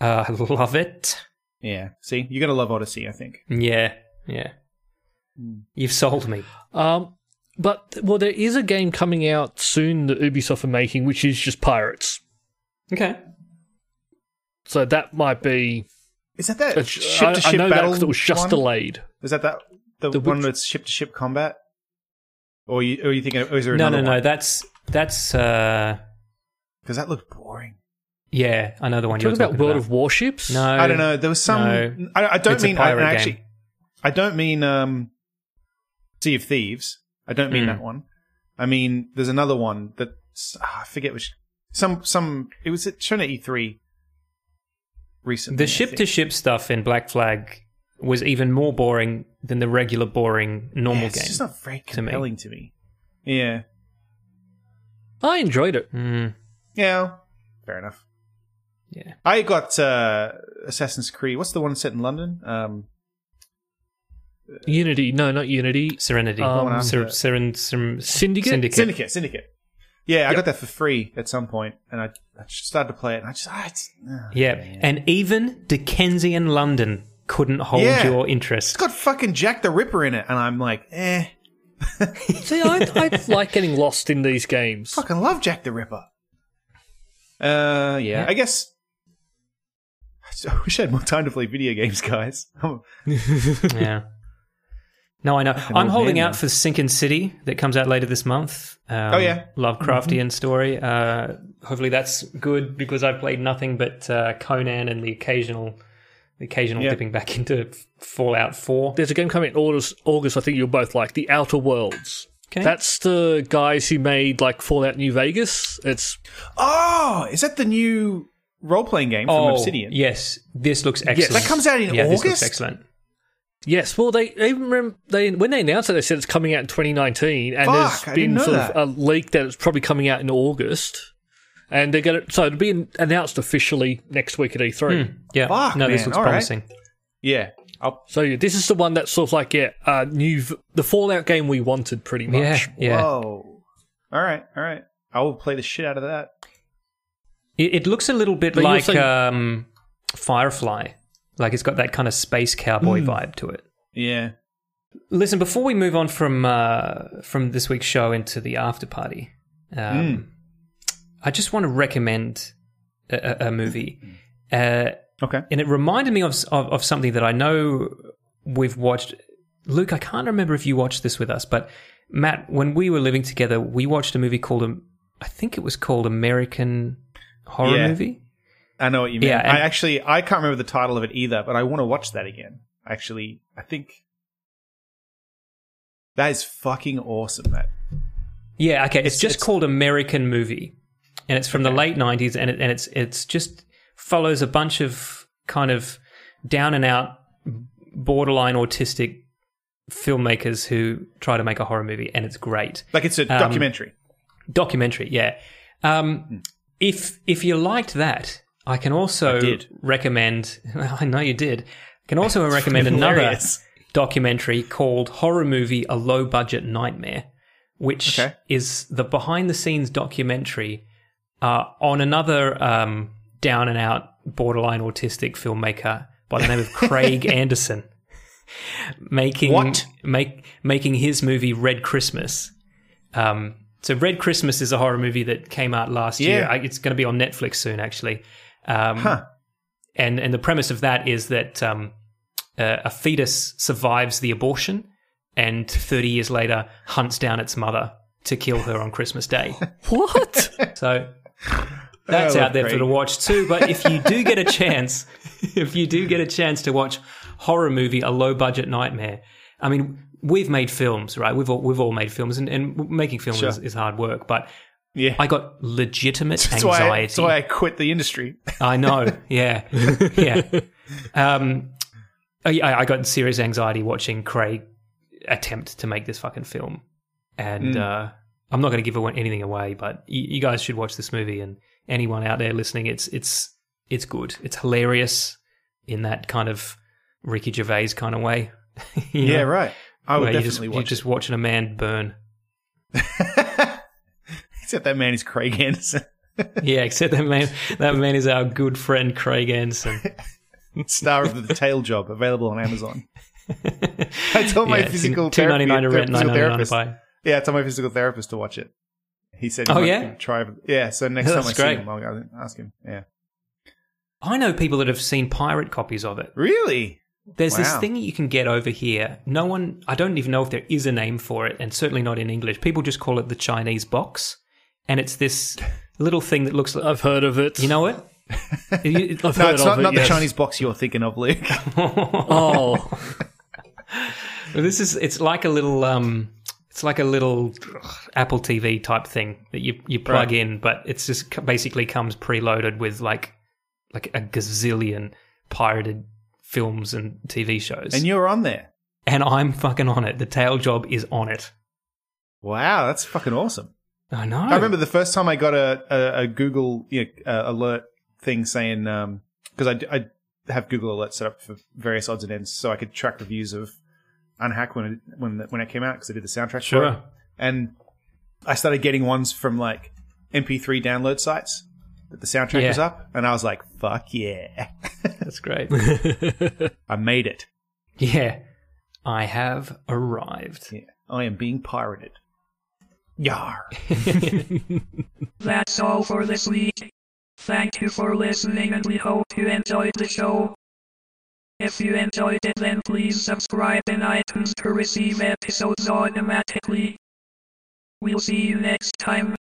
S4: Uh, I love it.
S3: Yeah. See, you're gonna love Odyssey, I think.
S4: Yeah, yeah.
S2: Hmm.
S4: You've sold me.
S2: Um, but well, there is a game coming out soon that Ubisoft are making, which is just pirates.
S4: Okay.
S2: So that might be.
S3: Is that that
S2: I,
S3: ship to
S2: I
S3: ship
S2: know that
S3: battle?
S2: 'cause it was just
S3: one?
S2: delayed.
S3: Is that that the,
S2: The
S3: one
S2: which-
S3: that's ship to ship combat? Or you, or you thinking? Or is there
S4: No,
S3: another
S4: no, no.
S3: one?
S4: That's that's. uh
S3: Because that looked boring.
S4: Yeah, I know the one
S2: Talking
S4: you're
S2: about
S4: talking
S2: World
S4: about.
S2: of Warships.
S4: no,
S3: I don't know. There was some.
S4: No.
S3: I, I don't
S4: It's a
S3: mean. I,
S4: pirate
S3: I
S4: game.
S3: actually, I don't mean um, Sea of Thieves. I don't mean
S4: Mm.
S3: that one. I mean, there's another one that ah, I forget which. Some some. It was at shown at E3 recently.
S4: The ship to ship stuff in Black Flag was even more boring than the regular boring normal
S3: It's
S4: game.
S3: just not very
S4: to me.
S3: compelling to me. Yeah.
S2: I enjoyed it.
S4: Mm,
S3: Yeah. Fair enough.
S4: yeah.
S3: I got uh, Assassin's Creed. What's the one set in London? Um,
S2: Unity, no, not Unity.
S4: Serenity.
S2: Um,
S4: Um, Ser- Seren- Ser-
S2: Syndicate?
S4: Syndicate.
S3: Syndicate, Syndicate. Yeah, I got that for free at some point, and I, I just started to play it, and I just, ah, it's, ah.
S4: Yeah. And even Dickensian London couldn't hold
S3: Yeah.
S4: your
S3: it's
S4: interest.
S3: got fucking Jack the Ripper in it, and I'm like, eh,
S2: See, I, I like getting lost in these games.
S3: fucking love Jack the Ripper. Uh, yeah, I guess. I wish I had more time to play video games, guys. Oh,
S4: yeah. No, I know. I'm
S3: old
S4: holding
S3: man
S4: out
S3: now.
S4: for Sinkin' City that comes out later this month. Um,
S3: Oh, yeah. Mm-hmm.
S4: Lovecraftian story. Uh, hopefully that's good because I've played nothing but uh, Conan and the occasional, the occasional
S3: Yeah.
S4: dipping back into F- Fallout Four.
S2: There's a game coming in August. August, I think you'll both like The Outer Worlds.
S4: Okay.
S2: That's the guys who made like Fallout New Vegas. It's
S3: oh, is that the new role playing game from
S4: oh,
S3: Obsidian?
S4: yes. This looks excellent.
S2: That
S3: comes out in
S4: yeah, This
S3: August?
S4: looks excellent.
S2: Yes, well, they they even rem- they when they announced it, they said it's coming out in 2019, and
S3: Fuck, I
S2: there's
S3: didn't
S2: been
S3: know
S2: sort
S3: that.
S2: of a leak that it's probably coming out in August, and they're going to so it'll be announced officially next week at E
S3: Hmm.
S2: E3.
S4: Yeah.
S3: Fuck,
S4: no, this
S3: man,
S4: looks
S3: all right.
S4: promising.
S3: Yeah. I'll,
S2: So yeah, this is the one that's sort of like yeah, uh, new v- the Fallout game we wanted pretty much.
S4: Yeah. Yeah.
S3: Whoa. All right. All right. I will play the shit out of that.
S4: It, it looks a little bit
S2: But you were
S4: like
S2: saying-
S4: um, Firefly. Like it's got that kind of space cowboy
S3: Mm.
S4: vibe to it.
S3: Yeah.
S4: Listen, before we move on from uh, from this week's show into the after party, um, I just want to recommend a, a- a movie, uh,
S3: Okay.
S4: and it reminded me of, s- of of something that I know we've watched. Luke, I can't remember if you watched this with us, but Matt, when we were living together, we watched a movie called um, I think it was called American Horror
S3: Yeah.
S4: Movie.
S3: I know what you mean.
S4: Yeah, and-
S3: I actually I can't remember the title of it either, but I want to watch that again. Actually, I think that is fucking awesome. That
S4: Yeah, okay. It's,
S3: It's-
S4: just
S3: it's-
S4: called American Movie, and it's from the late '90s, and it, and it's it's just follows a bunch of kind of down and out, borderline autistic filmmakers who try to make a horror movie, and it's great
S3: like it's a
S4: Um,
S3: documentary.
S4: documentary. Yeah.
S3: Hmm.
S4: Um, if if you liked that, I can also
S3: I did.
S4: recommend. I know you did. I can also recommend another
S3: hilarious.
S4: documentary called "Horror Movie: A Low Budget Nightmare," which
S3: Okay.
S4: is the behind the scenes documentary uh, on another um, down and out, borderline autistic filmmaker by the name of Craig Anderson. Making
S3: What?
S4: make making his movie Red Christmas, um, so Red Christmas is a horror movie that came out last
S3: Yeah.
S4: year. I- It's going to be on Netflix soon, actually. Um,
S3: Huh.
S4: And and the premise of that is that um, uh, a fetus survives the abortion, and 30 years later hunts down its mother to kill her on Christmas Day.
S2: What?
S4: So that's
S3: Oh,
S4: out there for
S3: great.
S4: to watch too. But if you do get a chance, if you do get a chance to watch horror movie, a low budget nightmare. I mean, we've made films, right? We've all, we've all made films, and, and making films is, is hard work. But
S3: Yeah.
S4: I got legitimate
S3: That's why,
S4: anxiety.
S3: I, that's why I quit the industry.
S4: I know. Yeah. Yeah. Um, I, I I got serious anxiety watching Craig attempt to make this fucking film. And
S3: Mm.
S4: uh, I'm not going to give away- anything away, but you, you guys should watch this movie. And anyone out there listening, it's it's it's good. It's hilarious in that kind of Ricky Gervais kind of way. You
S3: Yeah,
S4: know,
S3: right. I would
S4: where you just,
S3: definitely
S4: you're
S3: watch
S4: just watching a man burn.
S3: it. Except that man is Craig Anderson.
S4: Yeah, except that man. That man is our good friend Craig Anderson.
S3: star of the Tail Job, available on Amazon. I told my
S4: Yeah, it's
S3: physical
S4: two ninety
S3: therapy,
S4: nine to rent,
S3: physical
S4: nine ninety nine to
S3: therapist.
S4: buy.
S3: Yeah, I told my physical therapist to watch it. He said,
S4: Oh,
S3: he might
S4: yeah?
S3: try. Yeah, so next
S4: Yeah,
S3: time I
S4: that's
S3: see
S4: great.
S3: him, I'll go ask him. Yeah,
S4: I know people that have seen pirate copies of it.
S3: really?
S4: There's this
S3: Wow.
S4: thing that you can get over here. No one, I don't even know if there is a name for it, and certainly not in English. People just call it the Chinese box, and it's this little thing that looks like.
S2: I've heard of it.
S4: You know it? You-
S2: I've
S3: No,
S2: heard
S3: it's
S2: of
S3: not,
S2: it.
S3: not
S2: yes.
S3: the Chinese box you're thinking of, Luke.
S2: Oh,
S4: this is it's like a little um it's like a little ugh, Apple TV type thing that you you plug
S3: Right.
S4: in, but it's just c- basically comes preloaded with like like a gazillion pirated films and TV shows.
S3: and you're on there.
S4: and I'm fucking on it. The tail job is on it.
S3: Wow, that's fucking awesome.
S4: I know.
S3: I remember the first time I got a a, a Google you know, uh, alert thing saying because I d I I have Google Alerts set up for various odds and ends, so I could track reviews of Unhack when it, when when it came out because I did the soundtrack. For it.
S4: Sure.
S3: and I started getting ones from like MP3 download sites that the soundtrack
S4: Yeah.
S3: was up, and I was like, "Fuck yeah,
S4: That's great.
S3: I made it!
S4: yeah. I have arrived.
S3: Yeah. I am being pirated." Yar!
S9: That's all for this week. Thank you for listening and we hope you enjoyed the show. If you enjoyed it then please subscribe in iTunes to receive episodes automatically. We'll see you next time.